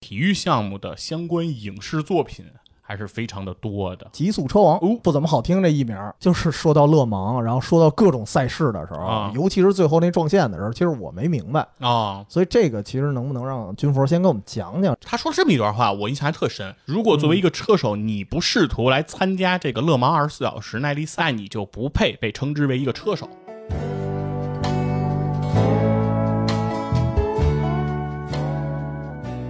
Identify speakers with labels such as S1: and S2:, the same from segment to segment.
S1: 体育项目的相关影视作品还是非常的多的
S2: 极速车王
S1: 哦
S2: 不怎么好听这一名儿，就是说到勒芒，然后说到各种赛事的时候，
S1: 啊
S2: 尤其是最后那撞线的时候，其实我没明白，
S1: 啊。
S2: 所以这个其实能不能让军佛先给我们讲讲？
S1: 他说这么一段话，我印象还特深。如果作为一个车手，你不试图来参加这个勒芒二十四小时耐力赛，你就不配被称之为一个车手。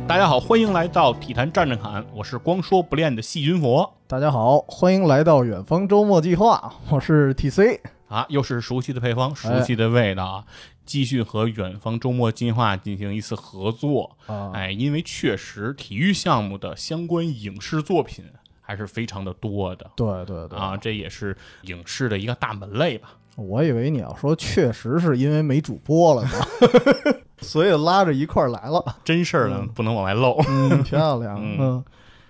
S1: 大家好，欢迎来到体坛战战侃，我是光说不练的细菌佛
S2: 大家好，欢迎来到远方周末计划，我是 T C。
S1: 啊，又是熟悉的配方，熟悉的味道啊，继续和远方周末进化进行一次合作。
S2: 啊，
S1: 哎，因为确实体育项目的相关影视作品还是非常的多的
S2: 对对对，
S1: 啊，这也是影视的一个大门类吧。
S2: 我以为你要说确实是因为没主播 了呢，所以拉着一块儿来了，
S1: 真事儿呢，不能往外露。
S2: 嗯，漂亮，
S1: 嗯
S2: 嗯。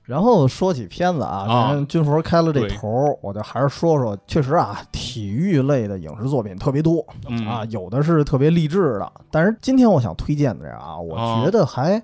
S2: 然后说起片子啊，
S1: 啊
S2: 咱军佛开了这
S1: 对
S2: 头儿，我就还是说说，确实啊，体育类的影视作品特别多
S1: 嗯
S2: 啊，有的是特别励志的，但是今天我想推荐的这个啊，我
S1: 啊
S2: 觉得还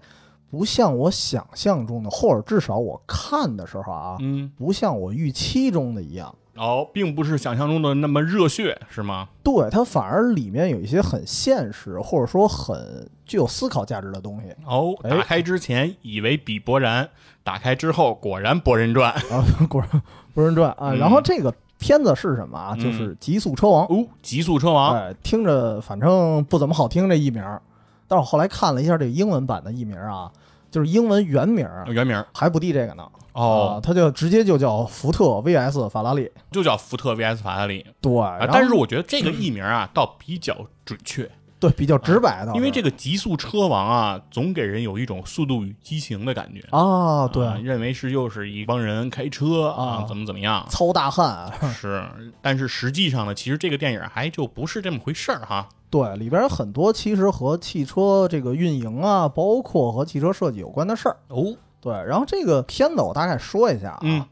S2: 不像我想象中的，或者至少我看的时候啊，
S1: 嗯，
S2: 不像我预期中的一样。
S1: 哦，并不是想象中的那么热血，是吗？
S2: 对它反而里面有一些很现实，或者说很具有思考价值的东西
S1: 哦，
S2: 哎
S1: 打开之前以为比伯然，打开之后果然博人传。
S2: 啊。 果然不是传啊，
S1: 嗯
S2: 然后这个片子是什么啊？
S1: 嗯
S2: 就是《极速车王》
S1: 哦，极速车王。
S2: 哎，听着反正不怎么好听这译名儿，但是我后来看了一下这个英文版的译名儿啊，就是英文原名儿
S1: 原名儿
S2: 还不敌这个呢。哎啊
S1: 哦，，
S2: 它就直接就叫福特 VS 法拉利。
S1: 就叫福特 VS 法拉利
S2: 对，
S1: 啊。
S2: 哎然后
S1: 但是我觉得 这个译名啊，倒比较准确。
S2: 对比较直白的，
S1: 因为这个极速车王啊，总给人有一种《速度与激情》的感觉
S2: 啊，对，
S1: 啊认为是又是一帮人开车啊，
S2: 啊。
S1: 怎么怎么样
S2: 嗯糙大汉，啊
S1: 是，但是实际上呢，其实这个电影还就不是这么回事儿哈。
S2: 对，里边有很多其实和汽车这个运营啊，包括和汽车设计有关的事儿。
S1: 哦，
S2: 对，然后这个片子我大概说一下啊，
S1: 嗯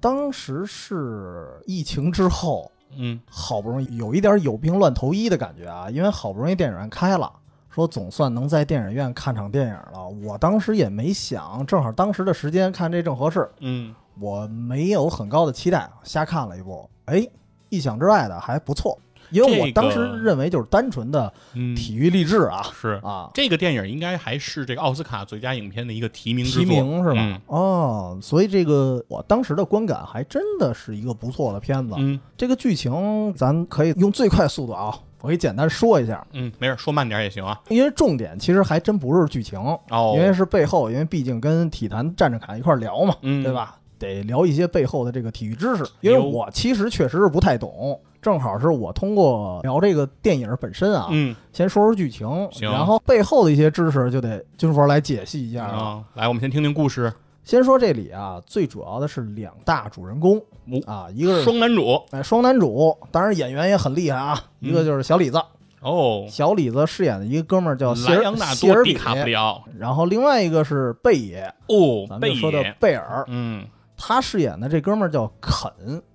S2: 当时是疫情之后，
S1: 嗯
S2: 好不容易有一点有病乱投医的感觉啊，因为好不容易电影院开了。说总算能在电影院看场电影了，我当时也没想，正好当时的时间看这正合适，
S1: 嗯，
S2: 我没有很高的期待，啊瞎看了一部，哎，意想之外的还不错，因为我当时
S1: 这个
S2: 认为就是单纯的
S1: 嗯
S2: 体育励志啊，
S1: 是
S2: 啊，
S1: 这个电影应该还是这个奥斯卡最佳影片的一个提名之
S2: 提
S1: 作
S2: 名是吧？
S1: 嗯
S2: 哦，所以这个我当时的观感还真的是一个不错的片子。
S1: 嗯
S2: 这个剧情咱可以用最快速度啊，我给简单说一下，
S1: 嗯，没事，说慢点儿也行啊。
S2: 因为重点其实还真不是剧情，
S1: 哦，
S2: 因为是背后，因为毕竟跟体坛站着侃一块儿聊嘛，
S1: 嗯
S2: 对吧？得聊一些背后的这个体育知识，因为
S1: 有
S2: 我其实确实是不太懂。正好是我通过聊这个电影本身啊，
S1: 嗯
S2: 先说说剧情，
S1: 行
S2: 然后背后的一些知识就得军佛来解析一下了。
S1: 啊，来，我们先听听故事。
S2: 先说这里啊，最主要的是两大主人公
S1: 哦
S2: 啊，一个是
S1: 双男主
S2: 哎双男主，当然演员也很厉害啊，
S1: 嗯
S2: 一个就是小李子，
S1: 哦，
S2: 小李子饰演的一个哥们儿叫谢
S1: 莱
S2: 尔
S1: 昂纳
S2: 谢
S1: 多
S2: 尔
S1: ·迪
S2: 比，
S1: 卡普里奥
S2: 然后另外一个是贝爷，
S1: 哦
S2: 咱，们
S1: 贝
S2: 就说的
S1: 爷，
S2: 贝尔，
S1: 嗯
S2: 他饰演的这哥们儿叫肯，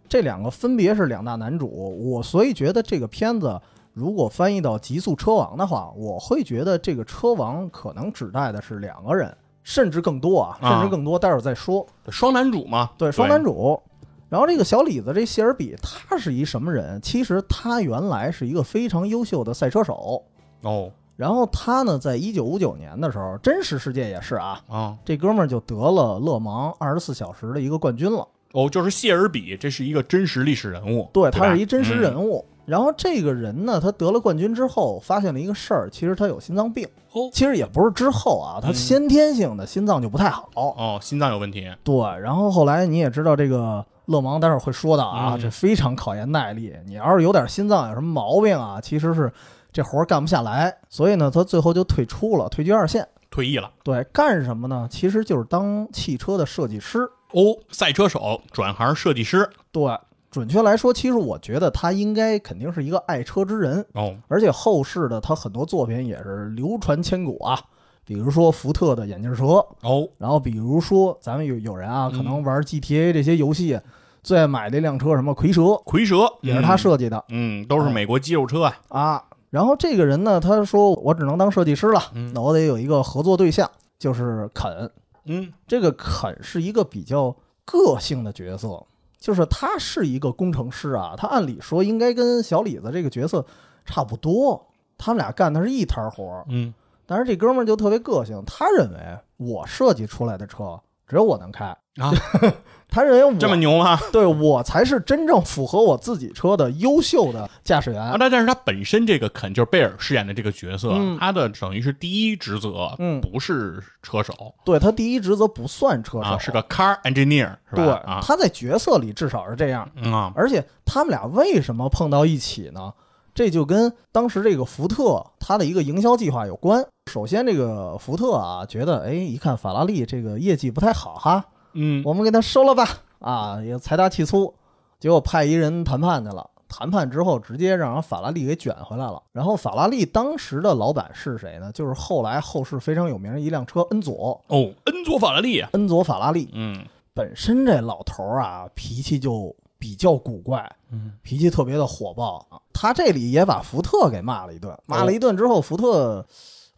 S2: 这两个分别是两大男主，我所以觉得这个片子。如果翻译到《极速车王》的话，我会觉得这个车王可能指代的是两个人，甚至更多啊，甚
S1: 啊
S2: 至更多，待会儿再说。
S1: 双男主嘛，
S2: 对，双男主。然后这个小李子这谢尔比他是一什么人？其实他原来是一个非常优秀的赛车手。
S1: 哦
S2: 然后他呢，在一九五九年的时候，真实世界也是啊，
S1: 啊
S2: 这哥们儿就得了勒芒二十四小时的一个冠军了。
S1: 哦，就是谢尔比，这是一个真实历史人物，
S2: 对，
S1: 吧
S2: 他是一真实人
S1: 嗯
S2: 物。然后这个人呢，他得了冠军之后，发现了一个事儿，其实他有心脏病。
S1: 哦
S2: 其实也不是之后啊，他
S1: 嗯
S2: 先天性的心脏就不太好。
S1: 哦，心脏有问题，
S2: 对，然后后来你也知道这个勒芒，待会儿会说到啊，
S1: 嗯
S2: 这非常考验耐力。你要是有点心脏有什么毛病啊，其实是这活儿干不下来。所以呢，他最后就退出了，退居二线。
S1: 退役了。
S2: 对，干什么呢？其实就是当汽车的设计师。
S1: 哦，赛车手转行设计师
S2: 对，准确来说，其实我觉得他应该肯定是一个爱车之人，
S1: 哦，
S2: 而且后世的他很多作品也是流传千古啊，比如说福特的眼镜蛇，
S1: 哦，
S2: 然后比如说咱们有有人啊，
S1: 嗯
S2: 可能玩 GTA 这些游戏，最爱买的一辆车什么蝰蛇，
S1: 蝰蛇
S2: 也是他，设哦计的、
S1: 嗯，嗯都是美国肌肉车啊，
S2: 啊。然后这个人呢，他说我只能当设计师了，
S1: 嗯
S2: 那我得有一个合作对象，就是肯。
S1: 嗯
S2: 这个肯是一个比较个性的角色，就是他是一个工程师啊，他按理说应该跟小李子这个角色差不多，他们俩干的是一摊活儿。
S1: 嗯
S2: 但是这哥们儿就特别个性，他认为我设计出来的车只有我能开
S1: 啊，
S2: 他认为我
S1: 这么牛 吗？
S2: 对我才是真正符合我自己车的优秀的驾驶
S1: 啊，
S2: 员。
S1: 但但是他本身这个肯就是贝尔饰演的这个角色，
S2: 嗯
S1: 他的等于是第一职责，
S2: 嗯
S1: 不是车手
S2: 对他第一职责不算车手，
S1: 啊，是个 car engineer 是吧？
S2: 对、
S1: 啊，
S2: 他在角色里至少是这样。
S1: 嗯啊，
S2: 而且他们俩为什么碰到一起呢？这就跟当时这个福特它的一个营销计划有关。首先，这个福特啊，觉得哎，一看法拉利这个业绩不太好哈，
S1: 嗯
S2: 我们给他收了吧，啊，也财大气粗。结果派一人谈判去了，谈判之后直接让人法拉利给卷回来了。然后法拉利当时的老板是谁呢？就是后来后世非常有名的一辆车恩佐，
S1: 哦，恩佐法拉利，
S2: 恩佐法拉利。
S1: 嗯
S2: 本身这老头儿啊，脾气就比较古怪，
S1: 嗯
S2: 脾气特别的火爆啊。他这里也把福特给骂了一顿，骂了一顿之后，福特。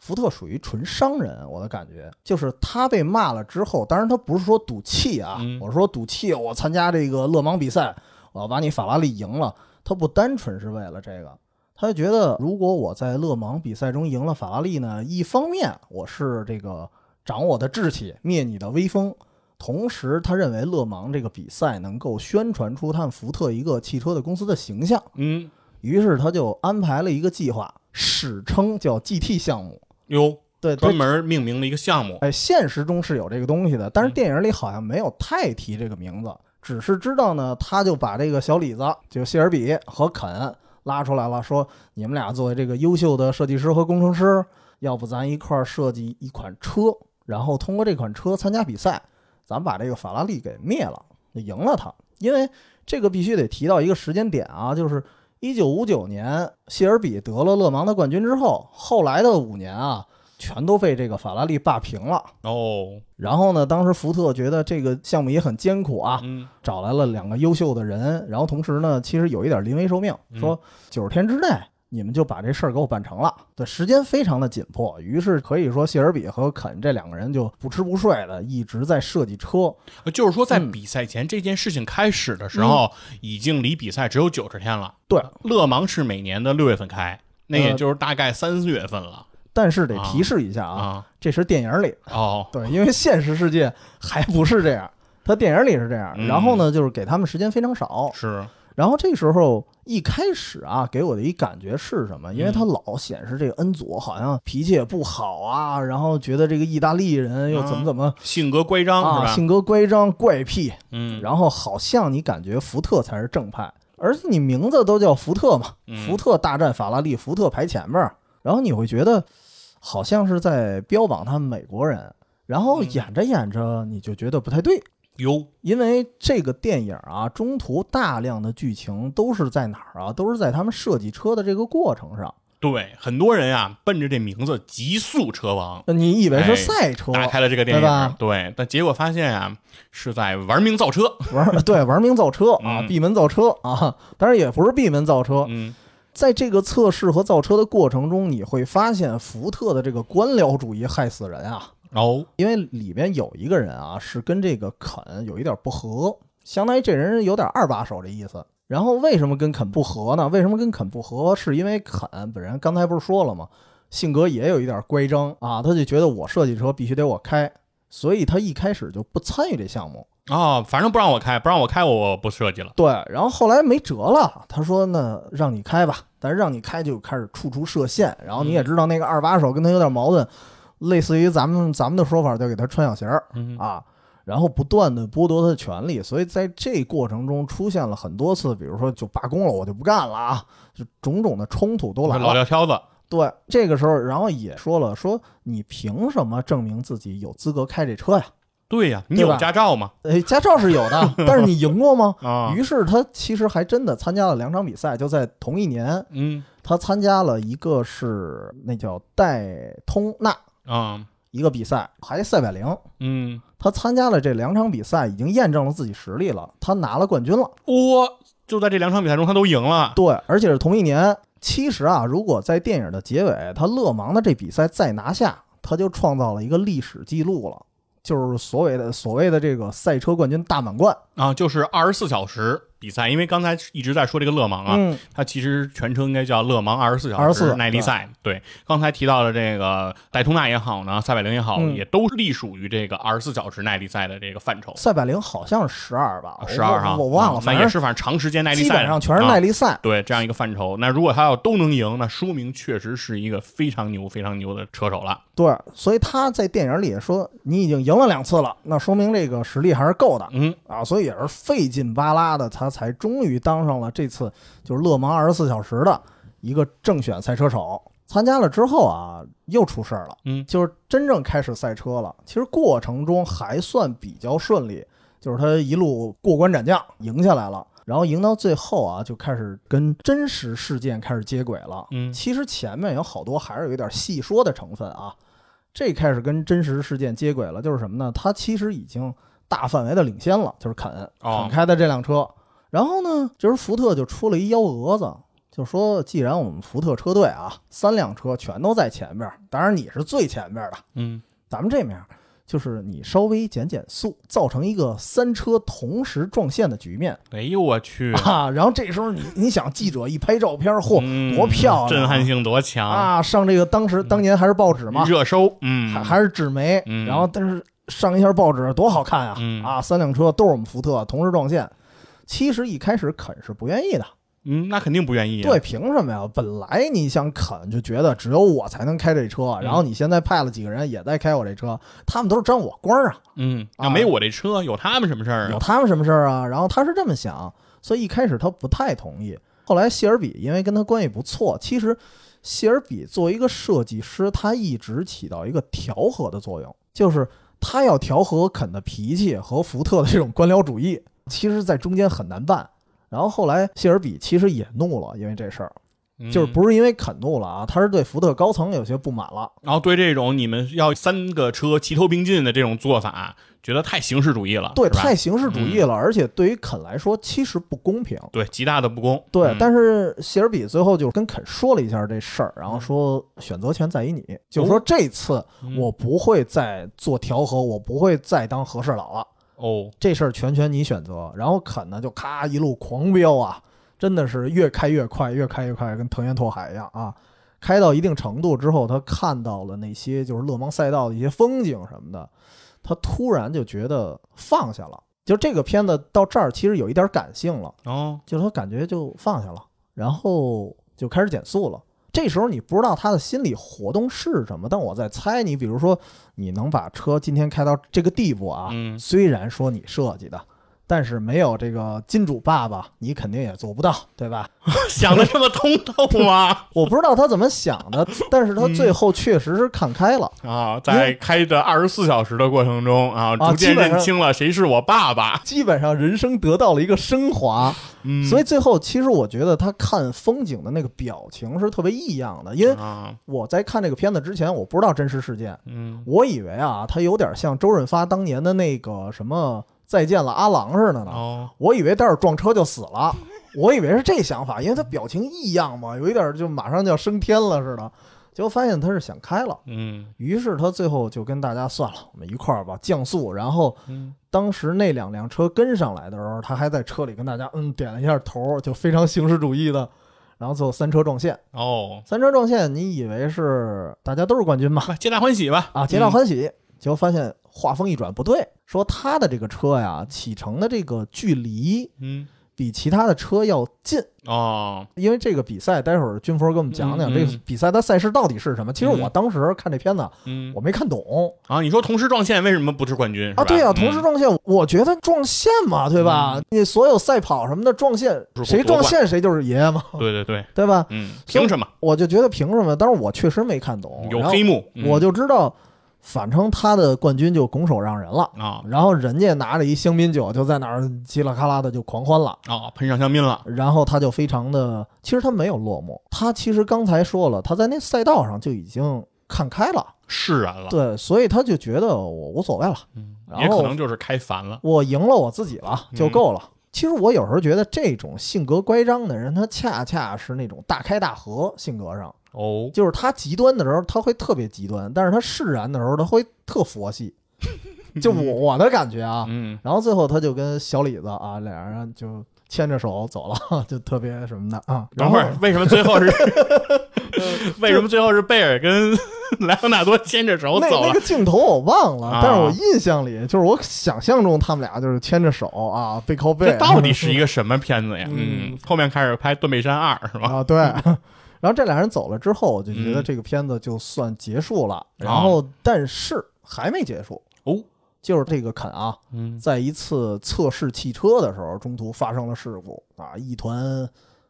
S2: 福特属于纯商人，我的感觉就是他被骂了之后，当然他不是说赌气啊，
S1: 嗯
S2: 我是说赌气，我参加这个勒芒比赛，我把你法拉利赢了，他不单纯是为了这个，他就觉得如果我在勒芒比赛中赢了法拉利呢，一方面我是这个长我的志气，灭你的威风，同时，他认为勒芒这个比赛能够宣传出他们福特一个汽车的公司的形象，
S1: 嗯，
S2: 于是他就安排了一个计划，史称叫 GT 项目。
S1: 哟，
S2: 对，他
S1: 专门命名了一个项目，
S2: 哎，现实中是有这个东西的，但是
S1: 嗯
S2: 电影里好像没有太提这个名字，只是知道呢，他就把这个小李子，就谢尔比和肯拉出来了，说你们俩作为这个优秀的设计师和工程师，要不咱一块儿设计一款车，然后通过这款车参加比赛，咱把这个法拉利给灭了，就赢了他。因为这个必须得提到一个时间点啊，就是。一九五九年，谢尔比得了勒芒的冠军之后，后来的五年啊，全都被这个法拉利霸屏了。
S1: 哦，
S2: 然后呢，当时福特觉得这个项目也很艰苦啊，
S1: 嗯
S2: 找来了两个优秀的人，然后同时呢，其实有一点临危受命，
S1: 嗯
S2: 说九十天之内你们就把这事儿给我办成了。对，时间非常的紧迫，于是可以说谢尔比和肯这两个人就不吃不睡的一直在设计车。
S1: 就是说，在
S2: 嗯
S1: 比赛前这件事情开始的时候，已经离比赛只有九十天了。
S2: 对，
S1: 勒芒是每年的六月份开，那也就是大概三四月份了
S2: 但是得提示一下呃啊，
S1: 啊。
S2: 这是电影里，
S1: 哦，
S2: 对，因为现实世界还不是这样。他电影里是这样，
S1: 嗯
S2: 然后呢，就是给他们时间非常少，
S1: 是，
S2: 然后这时候一开始啊，给我的一感觉是什么？因为他
S1: 嗯
S2: 老显示这个恩佐好像脾气也不好啊，然后觉得这个意大利人又怎么怎么
S1: 性格乖张
S2: 啊，
S1: 嗯是吧？
S2: 性格乖张、怪癖，
S1: 嗯，
S2: 然后好像你感觉福特才是正派，而且你名字都叫福特嘛，
S1: 嗯
S2: 福特大战法拉利，福特排前面儿，然后你会觉得好像是在标榜他们美国人，然后
S1: 嗯
S2: 演着演着你就觉得不太对，
S1: 哟，
S2: 因为这个电影啊，中途大量的剧情都是在哪儿啊？都是在他们设计车的这个过程上。
S1: 对，很多人啊，奔着这名字“极速车王
S2: 那你以为
S1: 哎
S2: 是赛”车，
S1: 打开了这个电
S2: 对吧
S1: 影，对，但结果发现啊，是在玩命造车。
S2: 玩对玩命造车啊，
S1: 嗯
S2: 闭门造车啊，当然也不是闭门造车。
S1: 嗯，
S2: 在这个测试和造车的过程中，你会发现福特的这个官僚主义害死人啊，
S1: 哦，
S2: 因为里边有一个人啊是跟这个肯有一点不合，相当于这人有点二把手的意思。然后为什么跟肯不合呢？为什么跟肯不合？是因为肯本人刚才不是说了吗？性格也有一点乖张啊，他就觉得我设计车必须得我开，所以他一开始就不参与这项目。
S1: 哦，反正不让我开，不让我开，我不设计了。
S2: 对，然后后来没辙了，他说那让你开吧，但是让你开就开始处处设限，然后
S1: 嗯
S2: 你也知道那个二把手跟他有点矛盾，类似于咱们咱们的说法叫给他穿小鞋儿
S1: 嗯
S2: 啊，然后不断的剥夺他的权利，所以在这过程中出现了很多次，比如说就罢工了，我就不干了啊，就种种的冲突都来
S1: 老
S2: 了。
S1: 撂挑子，
S2: 对，这个时候，然后也说了，说你凭什么证明自己有资格开这车呀？
S1: 对呀，你
S2: 对吧
S1: 有驾照吗？
S2: 哎，驾照是有 的，但是你赢过吗？
S1: 啊，
S2: 于是他其实还真的参加了两场比赛，就在同一年，
S1: 嗯
S2: 他参加了一个是那叫戴通纳
S1: 啊，
S2: 一个比赛，还赛百灵。
S1: 嗯，
S2: 他参加了这两场比赛，已经验证了自己实力了，他拿了冠军了。
S1: 我就在这两场比赛中，他都赢了。
S2: 对，而且是同一年。其实啊，如果在电影的结尾，他勒芒的这比赛再拿下，他就创造了一个历史记录了。就是所谓的所谓的这个赛车冠军大满贯
S1: 啊，就是二十四小时比赛，因为刚才一直在说这个勒芒啊，
S2: 嗯
S1: 它其实全称应该叫勒芒二十四小时
S2: 24
S1: 耐力赛。对，刚才提到的这个戴通纳也好呢，赛百灵也好，
S2: 嗯
S1: 也都隶属于这个二十四小时耐力赛的这个范畴。
S2: 赛百灵好像是十二吧，我
S1: 十二哈，
S2: 我我忘了，
S1: 啊
S2: 反
S1: 那也
S2: 正
S1: 是，反正长时间耐力
S2: 基
S1: 赛的，
S2: 本上全是
S1: 啊
S2: 耐力赛。
S1: 对这样一个范畴。那如果他要都能赢，那说明确实是一个非常牛、非常牛的车手了。
S2: 对，所以他在电影里也说你已经赢了两次了，那说明这个实力还是够的
S1: 嗯，
S2: 啊，所以也是费劲巴拉的，他才终于当上了这次就是勒芒二十四小时的一个正选赛车手。参加了之后啊，又出事儿了，
S1: 嗯
S2: 就是真正开始赛车了。其实过程中还算比较顺利，就是他一路过关斩将赢下来了，然后赢到最后啊，就开始跟真实事件开始接轨了。
S1: 嗯
S2: 其实前面有好多还是有点戏说的成分啊，这开始跟真实事件接轨了，就是什么呢？他其实已经大范围的领先了，就是肯
S1: 哦
S2: 肯开的这辆车。然后呢，这时候福特就出了一幺蛾子，就说既然我们福特车队啊，三辆车全都在前面，当然你是最前面的，
S1: 嗯，
S2: 咱们这面就是你稍微减减速，造成一个三车同时撞线的局面
S1: 哎呦我去，
S2: 啊。然后这时候你你想，记者一拍照片，嚯，
S1: 嗯
S2: 多漂亮啊
S1: 震撼性多强！
S2: 啊，上这个当时当年还是报纸嘛，
S1: 热搜，嗯，
S2: 还还是纸媒，
S1: 嗯
S2: 然后但是上一下报纸多好看啊！
S1: 嗯
S2: 啊，三辆车都是我们福特同时撞线。其实一开始肯是不愿意的，
S1: 嗯，那肯定不愿意。
S2: 对，，凭什么呀？本来你想肯就觉得只有我才能开这车，
S1: 嗯
S2: 然后你现在派了几个人也在开我这车，他们都是沾我光啊，
S1: 嗯，
S2: 啊
S1: 那没我这车，有他们什么事儿
S2: 有
S1: 啊？
S2: 他们什么事儿啊？然后他是这么想，所以一开始他不太同意。后来谢尔比因为跟他关系不错，其实谢尔比作为一个设计师，他一直起到一个调和的作用，就是他要调和肯的脾气和福特的这种官僚主义，其实在中间很难办。然后后来谢尔比其实也怒了，因为这事儿，
S1: 嗯
S2: 就是不是因为肯怒了啊，他是对福特高层有些不满了。
S1: 然后对这种你们要三个车齐头并进的这种做法，觉得太形式主义了，
S2: 对，
S1: 是吧嗯
S2: 太形式主义了，而且对于肯来说其实不公平。
S1: 对极大的不公。
S2: 对，
S1: 嗯
S2: 但是谢尔比最后就跟肯说了一下这事儿，然后说选择权在于你，就是说这次
S1: 哦嗯
S2: 我不会再做调和，我不会再当和事佬了，
S1: 哦，
S2: 这事儿全权你选择。然后肯呢就咔一路狂飙啊，真的是越开越快，越开越快，跟藤原拓海一样啊。开到一定程度之后，他看到了那些就是勒芒赛道的一些风景什么的，他突然就觉得放下了。就这个片子到这儿，其实有一点感性了。
S1: 哦，
S2: 就是他感觉就放下了，然后就开始减速了。这时候你不知道他的心理活动是什么，但我在猜，你比如说你能把车今天开到这个地步啊，
S1: 嗯
S2: 虽然说你设计的，但是没有这个金主爸爸，你肯定也做不到，对吧？
S1: 想的这么通透 吗？
S2: 我不知道他怎么想的，但是他
S1: 嗯
S2: 最后确实是看开了。
S1: 啊，在开着二十四小时的过程中啊，
S2: 啊
S1: 逐渐
S2: 基本上
S1: 认清了谁是我爸爸。
S2: 基本上人生得到了一个升华，
S1: 嗯，
S2: 所以最后其实我觉得他看风景的那个表情是特别异样的，因为
S1: 啊，
S2: 我在看这个片子之前，我不知道真实事件，
S1: 嗯，
S2: 我以为啊，他有点像周润发当年的那个什么《再见了，阿郎》似的呢。
S1: 哦，
S2: 我以为待会儿撞车就死了， 我以为是这想法，因为他表情异样嘛，有一点就马上就要升天了似的。结果发现他是想开了，
S1: 嗯
S2: 于是他最后就跟大家算了，我们一块儿吧降速。然后
S1: 嗯，
S2: 当时那两辆车跟上来的时候，他还在车里跟大家嗯点了一下头，就非常形式主义的。然后最后三车撞线，
S1: 哦，
S2: 三车撞线，你以为是大家都是冠军嘛？
S1: 快皆大欢喜吧。
S2: 啊，皆大欢喜。结果发现话锋一转，不对，说他的这个车呀，启程的这个距离
S1: 嗯，
S2: 比其他的车要近，
S1: 嗯哦，
S2: 因为这个比赛，待会儿军峰给我们讲讲
S1: 嗯嗯
S2: 这个比赛的赛事到底是什么。其实我
S1: 嗯
S2: 当时看这片子，
S1: 嗯
S2: 我没看懂
S1: 啊，你说同时撞线为什么不是冠军？是
S2: 啊，
S1: 吧
S2: 对啊，同时
S1: 嗯
S2: 撞线，我觉得撞线嘛，对吧？你所有赛跑什么的撞线，
S1: 不
S2: 谁撞线谁就是爷爷嘛，
S1: 对对对，
S2: 对吧？
S1: 嗯，
S2: 所以
S1: 凭什么？
S2: 我就觉得凭什么？但是我确实没看懂，
S1: 有
S2: 哦然后
S1: 黑幕，嗯
S2: 我就知道，反正他的冠军就拱手让人了。
S1: 啊
S2: 然后人家拿着一香槟酒就在那儿叽里咔啦的就狂欢了，
S1: 啊喷上香槟了，
S2: 然后他就非常的，其实他没有落寞，他其实刚才说了，他在那赛道上就已经看开了，
S1: 释然了，
S2: 对，所以他就觉得我无所谓了，
S1: 嗯
S2: 然
S1: 也可
S2: 后
S1: 能就是开烦了。
S2: 我赢了我自己了
S1: 嗯
S2: 就够了。其实我有时候觉得这种性格乖张的人，他恰恰是那种大开大合性格上，
S1: 哦，
S2: 就是他极端的时候他会特别极端，但是他释然的时候他会特佛系。就我我的感觉啊。
S1: 嗯，
S2: 然后最后他就跟小李子啊，俩人就牵着手走了， 就特别什么的啊。然
S1: 等
S2: 后
S1: 会儿为什么最 后是 为什么最后是贝尔跟 莱昂纳多牵着手
S2: 那
S1: 走
S2: 那
S1: 了？
S2: 个镜头我忘了，
S1: 啊
S2: 但是我印象里就是我想象中他们俩就是牵着手啊，背靠背
S1: 这。到底是一个什么片子呀？
S2: 嗯
S1: 嗯，后面开始拍《断背山二》是吧？
S2: 啊，对。 然后这俩人走了之后，我就觉得
S1: 嗯
S2: 这个片子就算结束了。
S1: 啊
S2: 然后，但是还没结束
S1: 哦，
S2: 就是这个肯啊，
S1: 嗯
S2: 在一次测试汽车的时候，中途发生了事故啊，一团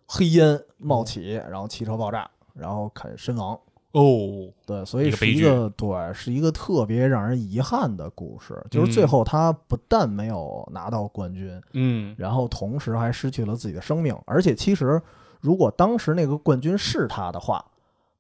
S2: 黑烟冒起，然后汽车爆炸，然后肯身亡。
S1: 哦，
S2: 对，所以
S1: 一个
S2: 是
S1: 悲
S2: 一个对，是一个特别让人遗憾的故事。就是最
S1: 嗯
S2: 后他不但没有拿到冠军，
S1: 嗯
S2: 然后同时还失去了自己的生命。而且其实，如果当时那个冠军是他的话，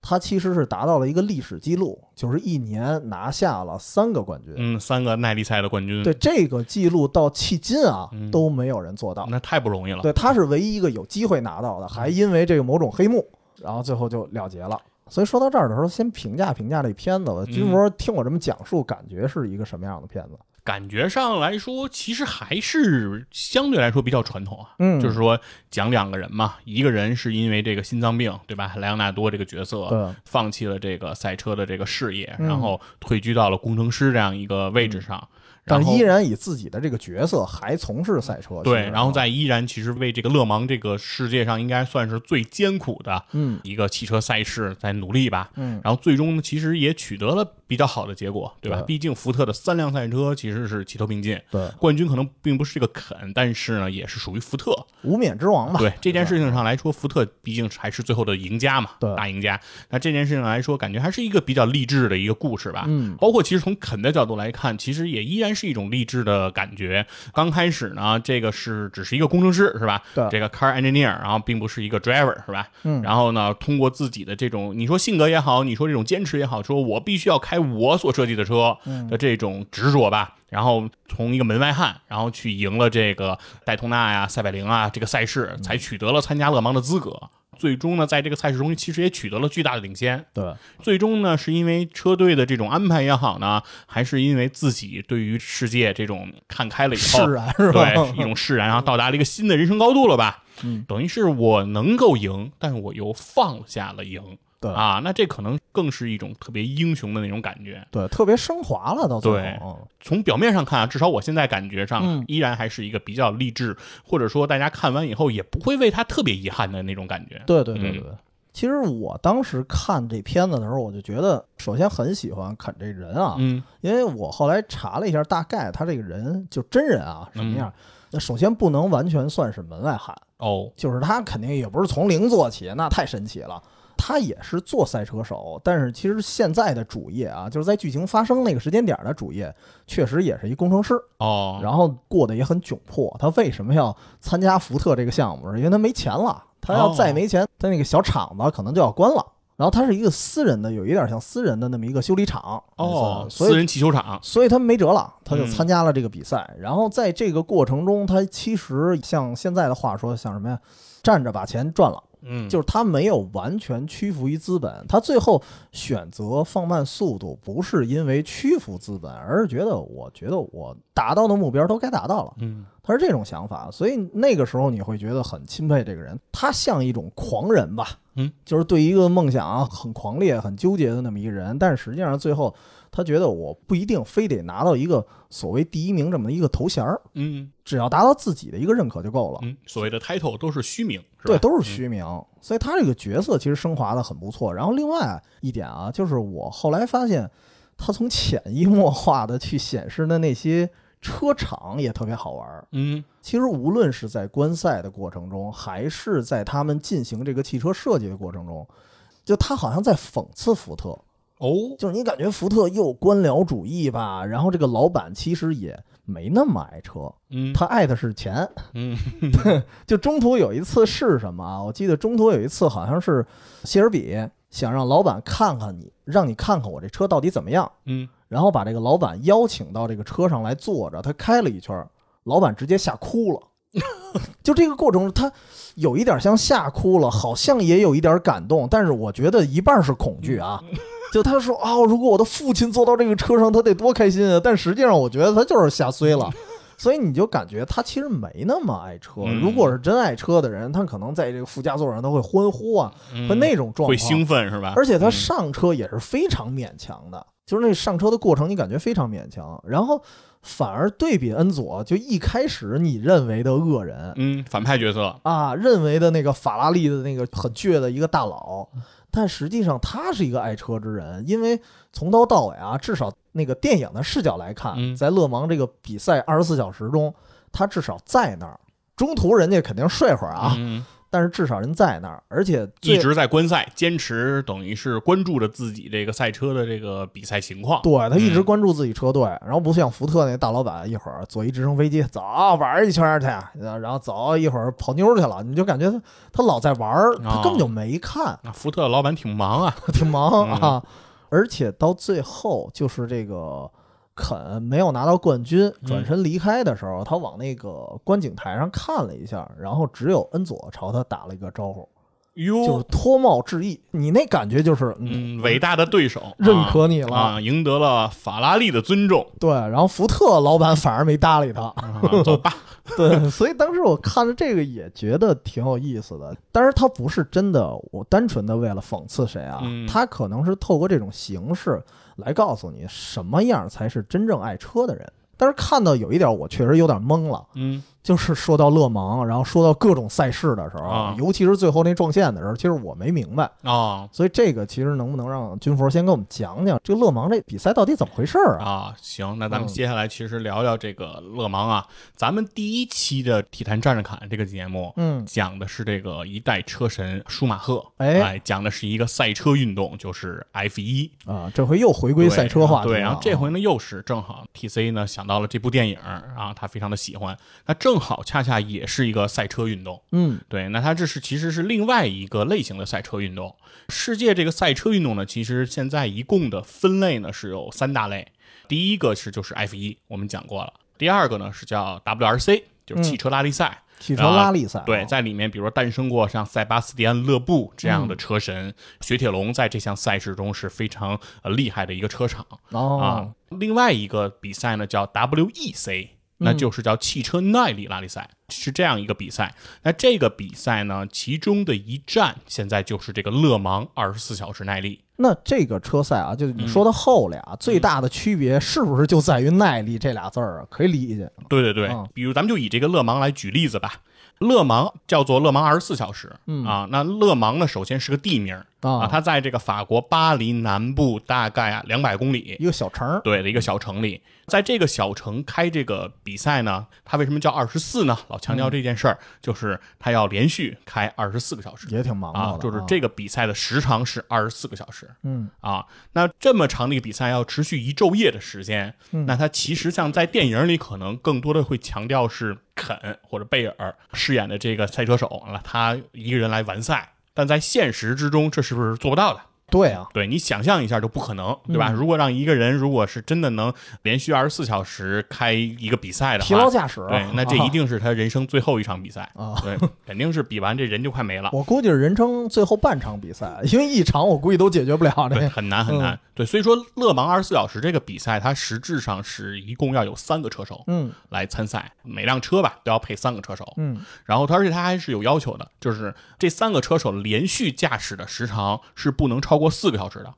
S2: 他其实是达到了一个历史记录，就是一年拿下了三个冠军。
S1: 嗯，三个耐力赛的冠军，
S2: 对这个记录到迄今啊、
S1: 嗯
S2: 都没有人做到。
S1: 那太不容易了。嗯
S2: 对，他是唯一一个有机会拿到的，还因为这个某种黑幕，然后最后就了结了。所以说到这儿的时候，先评价评价这片子吧。
S1: 嗯
S2: 军博听我这么讲述，感觉是一个什么样的片子？
S1: 感觉上来说，其实还是相对来说比较传统啊。
S2: 嗯
S1: 就是说讲两个人嘛，一个人是因为这个心脏病，对吧？莱昂纳多这个角色，
S2: 对，
S1: 放弃了这个赛车的这个事业，
S2: 嗯
S1: 然后退居到了工程师这样一个位置上，
S2: 但
S1: 然后
S2: 依然以自己的这个角色还从事赛车。其
S1: 对，
S2: 实
S1: 然后再依然其实为这个勒芒这个世界上应该算是最艰苦的
S2: 嗯
S1: 一个汽车赛事在努力吧。
S2: 嗯
S1: 然后最终呢，其实也取得了比较好的结果，对吧？
S2: 对
S1: 毕竟福特的三辆赛车其实是齐头并进，
S2: 对
S1: 冠军可能并不是这个肯，但是呢，也是属于福特。
S2: 无冕之王吧？
S1: 对这件事情上来说，福特毕竟还是最后的赢家嘛
S2: 对，
S1: 大赢家。那这件事情来说，感觉还是一个比较励志的一个故事吧。
S2: 嗯
S1: 包括其实从肯的角度来看，其实也依然是一种励志的感觉。刚开始呢，这个是只是一个工程师是吧？
S2: 对
S1: 这个 car engineer，然后并不是一个 driver 是吧？
S2: 嗯
S1: 然后呢，通过自己的这种你说性格也好，你说这种坚持也好，说我必须要开我所设计的车
S2: 嗯
S1: 的这种执着吧。然后从一个门外汉，然后去赢了这个戴通纳呀、赛百灵啊这个赛事，才取得了参加勒芒的资格。最终呢，在这个赛事中其实也取得了巨大的领先。
S2: 对
S1: 最终呢，是因为车队的这种安排也好呢，还是因为自己对于世界这种看开了以后，
S2: 释然是吧？
S1: 对一种释然，然后到达了一个新的人生高度了吧？
S2: 嗯，
S1: 等于是我能够赢，但是我又放下了赢。
S2: 对
S1: 啊，那这可能更是一种特别英雄的那种感觉。
S2: 对，特别升华了，到最
S1: 对
S2: 后，
S1: 从表面上看啊，至少我现在感觉
S2: 嗯
S1: 上依然还是一个比较励志，或者说大家看完以后也不会为他特别遗憾的那种感觉。
S2: 对对对
S1: 嗯
S2: 对对。其实我当时看这片子的时候，我就觉得，首先很喜欢肯这人啊，
S1: 嗯
S2: 因为我后来查了一下，大概他这个人就真人啊什
S1: 嗯
S2: 么样。那首先不能完全算是门外汉，
S1: 哦
S2: 就是他肯定也不是从零做起，那太神奇了。他也是做赛车手，但是其实现在的主业啊，就是在剧情发生那个时间点的主业，确实也是一工程师，
S1: 哦，
S2: 然后过得也很窘迫。他为什么要参加福特这个项目？是因为他没钱了，他要
S1: 哦
S2: 再没钱，他那个小厂子可能就要关了。然后他是一个私人的，有一点像私人的那么一个修理厂
S1: 哦，
S2: 所以
S1: 私人汽修厂，
S2: 所以他没辙了，他就
S1: 嗯
S2: 参加了这个比赛。然后在这个过程中，他其实像现在的话说，像什么呀，站着把钱赚了，
S1: 嗯，
S2: 就是他没有完全屈服于资本。他最后选择放慢速度，不是因为屈服资本，而是觉得我觉得我达到的目标都该达到了，
S1: 嗯
S2: 他是这种想法。所以那个时候你会觉得很钦佩这个人，他像一种狂人吧，
S1: 嗯，
S2: 就是对一个梦想啊很狂烈、很纠结的那么一个人，但是实际上最后他觉得我不一定非得拿到一个所谓第一名这么一个头衔儿，
S1: 嗯
S2: 只要达到自己的一个认可就够了。
S1: 嗯，所谓的 title 都是虚名，是吧嗯
S2: 对，都是虚名，所以他这个角色其实升华的很不错。然后另外一点啊，就是我后来发现，他从潜移默化的去显示的那些车厂也特别好玩儿。
S1: 嗯
S2: 其实无论是在观赛的过程中，还是在他们进行这个汽车设计的过程中，就他好像在讽刺福特，
S1: 哦，
S2: 就是你感觉福特又官僚主义吧，然后这个老板其实也没那么爱车，
S1: 嗯
S2: 他爱的是钱。
S1: 嗯
S2: 就中途有一次是什么啊？我记得中途有一次好像是谢尔比想让老板看看你，让你看看我这车到底怎么样，
S1: 嗯，
S2: 然后把这个老板邀请到这个车上来坐着，他开了一圈儿，老板直接吓哭了。 就这个过程，他 有一点像吓哭了，好像也有一点感动，但是我觉得一半是恐惧啊，就他说哦，如果我的父亲坐到这个车上，他得多开心啊！但实际上，我觉得他就是瞎衰 了。所以你就感觉他其实没那么爱车。
S1: 嗯
S2: 如果是真爱车的人，他可能在这个副驾座上他会欢呼啊，会那种状
S1: 嗯会
S2: 况。
S1: 兴奋是吧？
S2: 而且他
S1: 嗯
S2: 上车也是非常勉强的，就是那上车的过程你感觉非常勉强。然后反而对比恩佐，就一开始你认为的恶人，
S1: 嗯，反派角色，
S2: 啊，认为的那个法拉利的那个很倔的一个大佬，
S1: 嗯
S2: 但实际上他是一个爱车之人，因为从头到尾啊，至少那个电影的视角来看，
S1: 嗯
S2: 在勒芒这个比赛二十四小时中，他至少在那儿。中途人家肯定睡会儿啊，
S1: 嗯，
S2: 但是至少人在那儿，而且最
S1: 一直在观赛，坚持等于是关注着自己这个赛车的这个比赛情况。
S2: 对他一直
S1: 嗯
S2: 关注自己车队，然后不像福特那大老板，一会儿坐一直升飞机走玩一圈儿去，然后走一会儿泡妞去了，你就感觉他他老在玩儿，
S1: 哦
S2: 他根本就没看。
S1: 那福特老板挺忙啊，
S2: 挺忙啊，而且到最后就是这个肯没有拿到冠军，
S1: 嗯
S2: 转身离开的时候，他往那个观景台上看了一下，然后只有恩佐朝他打了一个招呼，就是
S1: 哟，
S2: 脱帽致意。你那感觉就是，嗯，
S1: 哦嗯，伟大的对手，
S2: 认可你
S1: 啊
S2: 了，
S1: 啊，赢得了法拉利的尊 重，
S2: 对。然后福特老板反而没搭理他，
S1: 啊走吧，
S2: 对，所以当时我看着这个也觉得挺有意思的。当然，他不是真的，我单纯的为了讽刺谁啊，
S1: 嗯
S2: 他可能是透过这种形式来告诉你什么样才是真正爱车的人。但是看到有一点，我确实有点懵了，
S1: 嗯
S2: 就是说到勒芒，然后说到各种赛事的时候，
S1: 啊
S2: 尤其是最后那撞线的时候，其实我没明白。
S1: 啊
S2: 所以这个其实能不能让军佛先给我们讲讲这个勒芒这比赛到底怎么回事儿啊？
S1: 啊，行，那咱们
S2: 嗯
S1: 接下来其实聊聊这个勒芒啊，咱们第一期的《体坛站着侃》这个节目，
S2: 嗯
S1: 讲的是这个一代车神舒马赫，
S2: 哎
S1: 讲的是一个赛车运动，就是 F 一。
S2: 啊，这回又回归
S1: 对
S2: 赛车
S1: 然后
S2: 话题了啊、
S1: 对，然后这回呢，又是正好 T C 呢想到了这部电影啊，他非常的喜欢，那正好恰恰也是一个赛车运动。
S2: 嗯
S1: 对，那它这是其实是另外一个类型的赛车运动。世界这个赛车运动呢，其实现在一共的分类呢是有三大类，第一个是就是 F 一，我们讲过了；第二个呢是叫 WRC，就是汽车拉力赛。
S2: 汽车拉力赛、
S1: 啊
S2: 啊
S1: 对，在里面，比如说诞生过像塞巴斯蒂安·勒布这样的车神，雪铁龙在这项赛事中是非常呃厉害的一个车厂。
S2: 哦、
S1: 啊。另外一个比赛呢叫 WEC，那
S2: 嗯
S1: 就是叫汽车耐力拉力赛，是这样一个比赛。那这个比赛呢，其中的一站现在就是这个勒芒二十四小时耐力。
S2: 那这个车赛啊，就是你说的后俩、最大的区别是不是就在于耐力这俩字儿啊？可以理解。
S1: 对对对，
S2: 嗯
S1: 比如咱们就以这个勒芒来举例子吧。勒芒叫做勒芒二十四小时、
S2: 嗯
S1: 啊，那勒芒呢，首先是个地名儿
S2: 啊
S1: 它在这个法国巴黎南部大概啊两百公里，
S2: 一个小城儿，
S1: 对的一个小城里，在这个小城开这个比赛呢，它为什么叫二十四呢？老强调
S2: 嗯
S1: 这件事儿，就是它要连续开二十四个小时
S2: 也挺忙
S1: 啊
S2: 的，，
S1: 就是，这个比赛的时长是二十四个小时
S2: 嗯，
S1: 啊。那这么长的一个比赛要持续一昼夜的时间，
S2: 嗯
S1: 那它其实像在电影里可能更多的会强调是肯或者贝尔饰演的这个赛车手，那他一个人来完赛，但在现实之中这是不是做不到的？
S2: 对啊，
S1: 对你想象一下就不可能，对吧？
S2: 嗯
S1: 如果让一个人如果是真的能连续二十四小时开一个比赛的
S2: 疲劳
S1: 话，
S2: 驾驶，
S1: 啊对，那这一定是他人生最后一场比赛，
S2: 啊。
S1: 对，肯定是比完这人就快没了。
S2: 我估计是人称最后半场比赛，因为一场我估计都解决不了这
S1: 对，
S2: 个。
S1: 很难很难。对，所以说勒芒二十四小时这个比赛，它实质上是一共要有三个车手
S2: 嗯
S1: 来参赛，每辆车吧都要配三个车手。
S2: 嗯，
S1: 然后它而且它还是有要求的，就是这三个车手连续驾驶的时长是不能超过四个小时的。
S2: 哦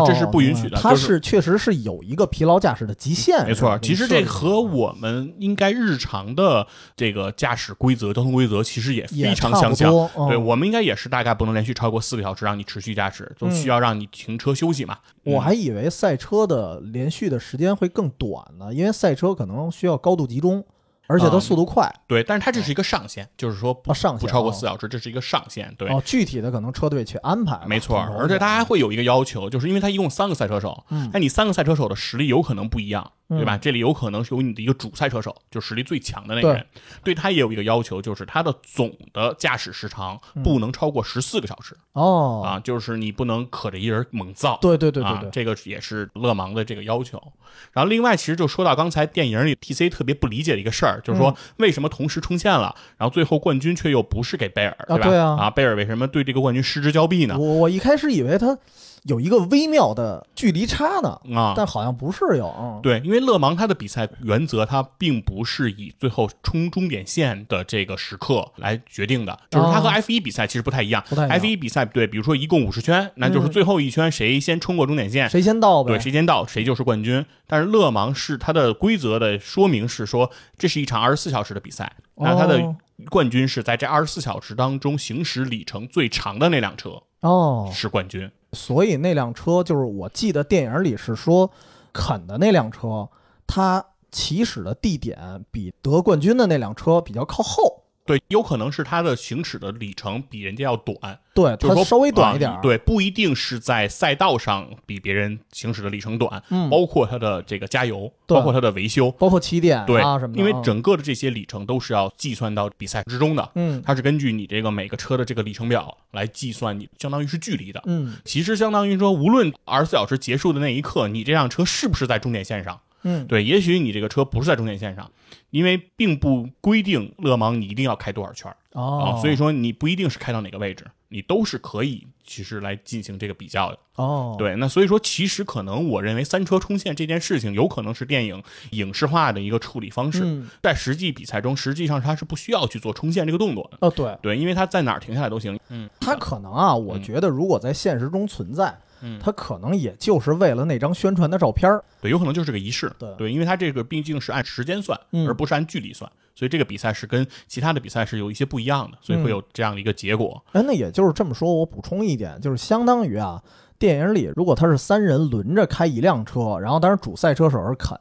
S1: 哦，这是不允许的
S2: 嗯它
S1: 就是
S2: 确实是有一个疲劳驾驶的极限，
S1: 没错，其实这和
S2: 我。
S1: 我们应该日常的这个驾驶规则、交通规则其实也
S2: 也
S1: 非常
S2: 差
S1: 相
S2: 不
S1: 像。
S2: 多嗯
S1: 对，我们应该也是大概不能连续超过四个小时，让你持续驾驶，都需要让你停车休息嘛。
S2: 我
S1: 嗯
S2: 还以为赛车的连续的时间会更短呢，因为赛车可能需要高度集中，而且它
S1: 嗯
S2: 速度快。
S1: 对，但是它这是一个上限，就是说不
S2: 啊上限
S1: 不超过
S2: 哦
S1: 四小时，这是一个上限。对，
S2: 哦，具体的可能车队去安排了。
S1: 没错，
S2: 可能
S1: 而且它还会有一个要求，就是因为它一共三个赛车手，
S2: 嗯
S1: 那你三个赛车手的实力有可能不一样，对吧？这里有可能是有你的一个主赛车手，就实力最强的那个人，对他也有一个要求，就是他的总的驾驶时长不能超过十四个小时、
S2: 嗯哦
S1: 啊，就是你不能可着一人猛造。
S2: 对对对
S1: 啊
S2: 对对，
S1: 这个也是勒芒的这个要求。然后另外，其实就说到刚才电影里 T C 特别不理解的一个事儿，
S2: 嗯
S1: 就是说为什么同时冲线了，然后最后冠军却又不是给贝尔，
S2: 啊
S1: 吧？
S2: 对啊
S1: 啊，贝尔为什么对这个冠军失之交臂呢？
S2: 我我一开始以为他有一个微妙的距离差呢，
S1: 啊。
S2: 但好像不是有，嗯
S1: 对，因为勒芒他的比赛原则，他并不是以最后冲终点线的这个时刻来决定的，就是他和
S2: 哦
S1: F 一比赛其实不太一样。
S2: 不太一样
S1: F 一比赛对，比如说一共五十圈，那就是
S2: 嗯
S1: 最后一圈谁先冲过终点线，
S2: 谁先到呗？
S1: 对，谁先到谁就是冠军。但是勒芒是它的规则的说明是说，这是一场二十四小时的比赛，那它的
S2: 哦
S1: 冠军是在这二十四小时当中行驶里程最长的那辆车
S2: 哦，
S1: 是冠军。
S2: 所以那辆车就是我记得电影里是说，肯的那辆车，它起始的地点比得冠军的那辆车比较靠后，
S1: 对，有可能是它的行驶的里程比人家要短，
S2: 对，
S1: 就是
S2: 它
S1: 说
S2: 稍微短一点，
S1: 啊，对，不一定是在赛道上比别人行驶的里程短，
S2: 嗯
S1: 包括它的这个加油，
S2: 对
S1: 包括它的维修，
S2: 包括起点
S1: 对，
S2: 啊什么的，
S1: 因为
S2: 嗯
S1: 整个的这些里程都是要计算到比赛之中的，
S2: 嗯
S1: 它是根据你这个每个车的这个里程表来计算你，相当于是距离的。
S2: 嗯
S1: 其实相当于说，无论二十四小时结束的那一刻，你这辆车是不是在终点线上？
S2: 嗯，
S1: 对，也许你这个车不是在终点线上，因为并不规定勒芒你一定要开多少圈儿啊、
S2: 哦，
S1: 所以说你不一定是开到哪个位置，你都是可以其实来进行这个比较的。
S2: 哦，
S1: 对，那所以说，其实可能我认为三车冲线这件事情有可能是电影影视化的一个处理方式，
S2: 嗯
S1: 在实际比赛中，实际上它是不需要去做冲线这个动作的。
S2: 哦对，
S1: 对，因为它在哪儿停下来都行。嗯，
S2: 它可能啊，我觉得如果在现实中存在，
S1: 嗯
S2: 它可能也就是为了那张宣传的照片儿，
S1: 对，有可能就是个仪式。
S2: 对
S1: 因为它这个毕竟是按时间算，
S2: 嗯
S1: 而不是按距离算，所以这个比赛是跟其他的比赛是有一些不一样的，所
S2: 嗯
S1: 以会有这样的一个结果。
S2: 哎，那也就是这么说，我补充一点，就是相当于啊，电影里如果他是三人轮着开一辆车，然后当然主赛车手是肯，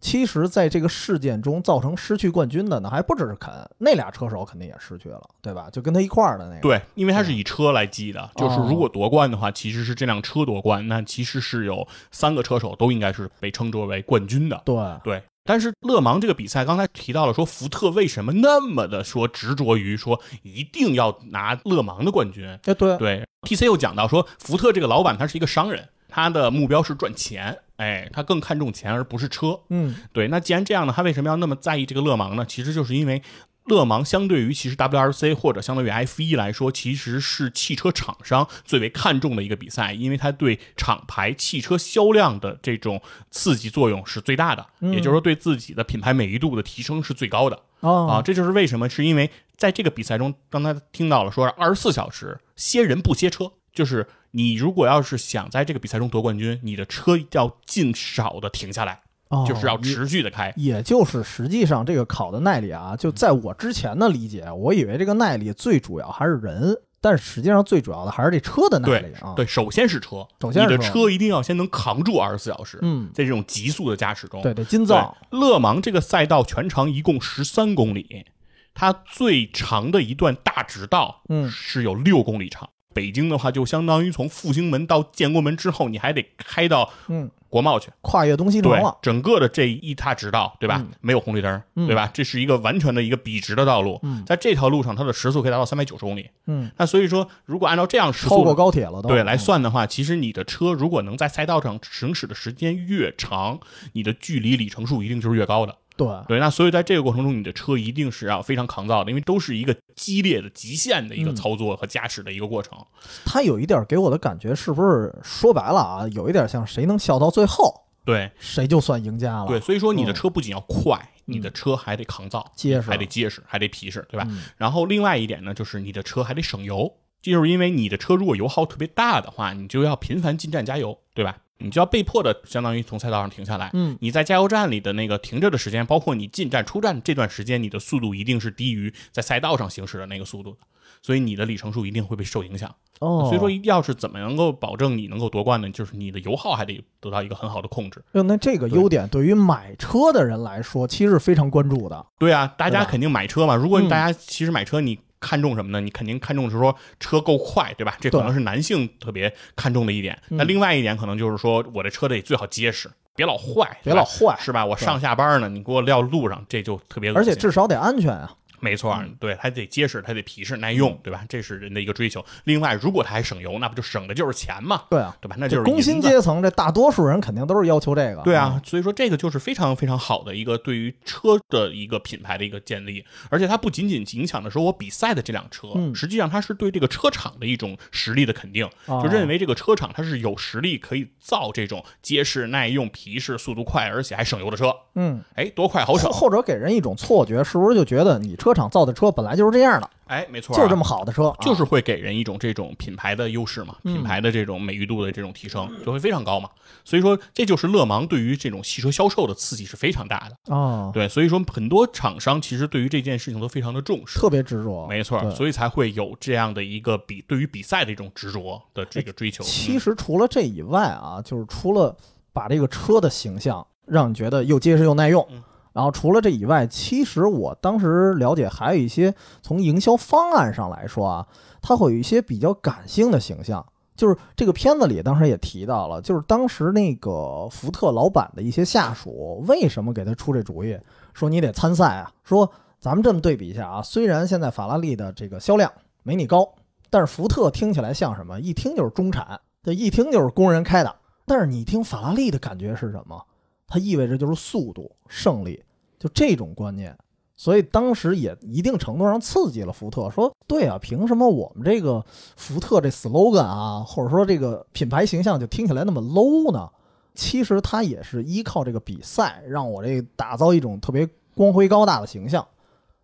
S2: 其实在这个事件中造成失去冠军的呢，还不只是肯，那俩车手肯定也失去了，对吧？就跟他一块儿的那个，，
S1: 对，因为它是以车来记的，就是如果夺冠的话，其实是这辆车夺冠，那其实是有三个车手都应该是被称作为冠军的。
S2: 对，哎
S1: 对，但是勒芒这个比赛，刚才提到了说福特为什么那么的说执着于说一定要拿勒芒的冠军。
S2: 哎，对，
S1: 对，TC 又讲到说福特这个老板他是一个商人，他的目标是赚钱，哎，他更看重钱而不是车。
S2: 嗯，
S1: 对，那既然这样呢，他为什么要那么在意这个勒芒呢？其实就是因为。勒芒相对于其实 WRC 或者相对于 F 一来说，其实是汽车厂商最为看重的一个比赛，因为它对厂牌汽车销量的这种刺激作用是最大的，也就是说对自己的品牌美誉度的提升是最高的。
S2: 哦，
S1: 啊，这就是为什么，是因为在这个比赛中，刚才听到了说二十四小时歇人不歇车，就是你如果要是想在这个比赛中夺冠军，你的车要尽少的停下来，
S2: 哦
S1: 啊就是要
S2: 也
S1: 持续的开。
S2: 也就是实际上这个考的耐力啊，就在
S1: 嗯
S2: 我之前的理解，我以为这个耐力最主要还是人，但实际上最主要的还是这车的耐
S1: 对
S2: 力啊。，
S1: 对，首先是车，
S2: 首先是
S1: 你的
S2: 车
S1: 车一定要先能扛住二十四小时，
S2: 嗯
S1: 在这种急速的驾驶中，
S2: 对，这金
S1: 对
S2: 藏，
S1: 勒芒这个赛道全长一共十三公里，它最长的一段大直道，
S2: 嗯
S1: 是有六公里长。北京的话，就相当于从复兴门到建国门之后，你还得开到
S2: 嗯，
S1: 国贸去。
S2: 跨越东西城
S1: 对
S2: 了，，嗯
S1: 整个的这一大直道，对吧？没有红绿灯，对吧？这是一个完全的一个笔直的道路。
S2: 嗯
S1: 在这条路上，它的时速可以达到三百九十公里。
S2: 嗯，
S1: 那所以说，如果按照这样时
S2: 超
S1: 速
S2: 过高铁了嗯都。
S1: 对来算的话，其实你的车如果能在赛道上行驶的时间越长，你的距离里程数一定就是越高的。
S2: 对，
S1: 对，那所以在这个过程中，你的车一定是要非常抗造的，因为都是一个激烈的、极限的一个操作和驾驶的一个过程。
S2: 它有一点给我的感觉，是不是说白了啊，有一点像谁能笑到最后，
S1: 对
S2: 谁就算赢家了。
S1: 对，，所以说你的车不仅要快，你的车还得抗造，
S2: 嗯结实
S1: 还得结实，还得皮实，对吧？
S2: 嗯
S1: 然后另外一点呢，就是你的车还得省油，这就是因为你的车如果油耗特别大的话，你就要频繁进站加油，对吧？你就要被迫的，相当于从赛道上停下来。
S2: 嗯，
S1: 你在加油站里的那个停着的时间，包括你进站、出站这段时间，你的速度一定是低于在赛道上行驶的那个速度的，所以你的里程数一定会被受影响。
S2: 哦，
S1: 所以说，要是怎么能够保证你能够夺冠呢？就是你的油耗还得得到一个很好的控制。
S2: 哟，那这个优点对于买车的人来说，其实是非常关注的。
S1: 对啊，大
S2: 对
S1: 家
S2: 吧
S1: 肯定买车嘛。如果
S2: 嗯
S1: 大家其实买车，你看重什么呢？你肯定看重是说车够快，对吧？这
S2: 对
S1: 可能是男性特别看重的一点。
S2: 嗯
S1: 那另外一点可能就是说，我这车得最好结实，别老坏，对
S2: 别
S1: 吧
S2: 老坏
S1: 哎是吧？我
S2: 对
S1: 上下班呢，你给我撂路上，这就特别恶心。
S2: 而且至少得安全啊。
S1: 没错，对，它得结实，它得皮实耐
S2: 嗯
S1: 用，对吧？这是人的一个追求。另外，如果它还省油，那不就省的就是钱嘛，
S2: 对啊，
S1: 对吧？那就是
S2: 工薪
S1: 银子
S2: 阶层，这大多数人肯定都是要求这个。嗯
S1: 对啊，所以说这个就是非常非常好的一个对于车的一个品牌的一个建立，而且它不仅仅影响的是我比赛的这辆车，
S2: 嗯
S1: 实际上它是对这个车厂的一种实力的肯定，
S2: 啊
S1: 就认为这个车厂它是有实力可以造这种结实、耐用、皮实、速度快，而且还省油的车。
S2: 嗯，
S1: 哎，多快好
S2: 后
S1: 省！
S2: 后者给人一种错觉，是不是就觉得你车厂造的车本来就是这样的，
S1: 哎，没错、
S2: 就是这。么好的车，啊
S1: 就是会给人一种这种品牌的优势嘛，
S2: 嗯
S1: 品牌的这种美誉度的这种提升就会非常高嘛，所以说这就是勒芒对于这种汽车销售的刺激是非常大的。
S2: 啊，
S1: 对，所以说很多厂商其实对于这件事情都非常的重视，
S2: 特别执着。
S1: 没错，
S2: 对
S1: 所以才会有这样的一个比对于比赛的一种执着的这个追求。
S2: 其
S1: 嗯
S2: 实除了这以外啊，就是除了把这个车的形象让你觉得又结实又耐用
S1: 嗯，
S2: 然后除了这以外，其实我当时了解还有一些从营销方案上来说啊，它会有一些比较感性的形象。就是这个片子里当时也提到了，就是当时那个福特老板的一些下属为什么给他出这主意，说你得参赛啊，说咱们这么对比一下啊，虽然现在法拉利的这个销量没你高，但是福特听起来像什么？一听就是中产，这一听就是工人开的。但是你听法拉利的感觉是什么？它意味着就是速度、胜利，就这种观念。所以当时也一定程度上刺激了福特，说对啊，凭什么我们这个福特这 slogan 啊，或者说这个品牌形象就听起来那么 low 呢？其实它也是依靠这个比赛，让我这打造一种特别光辉高大的形象。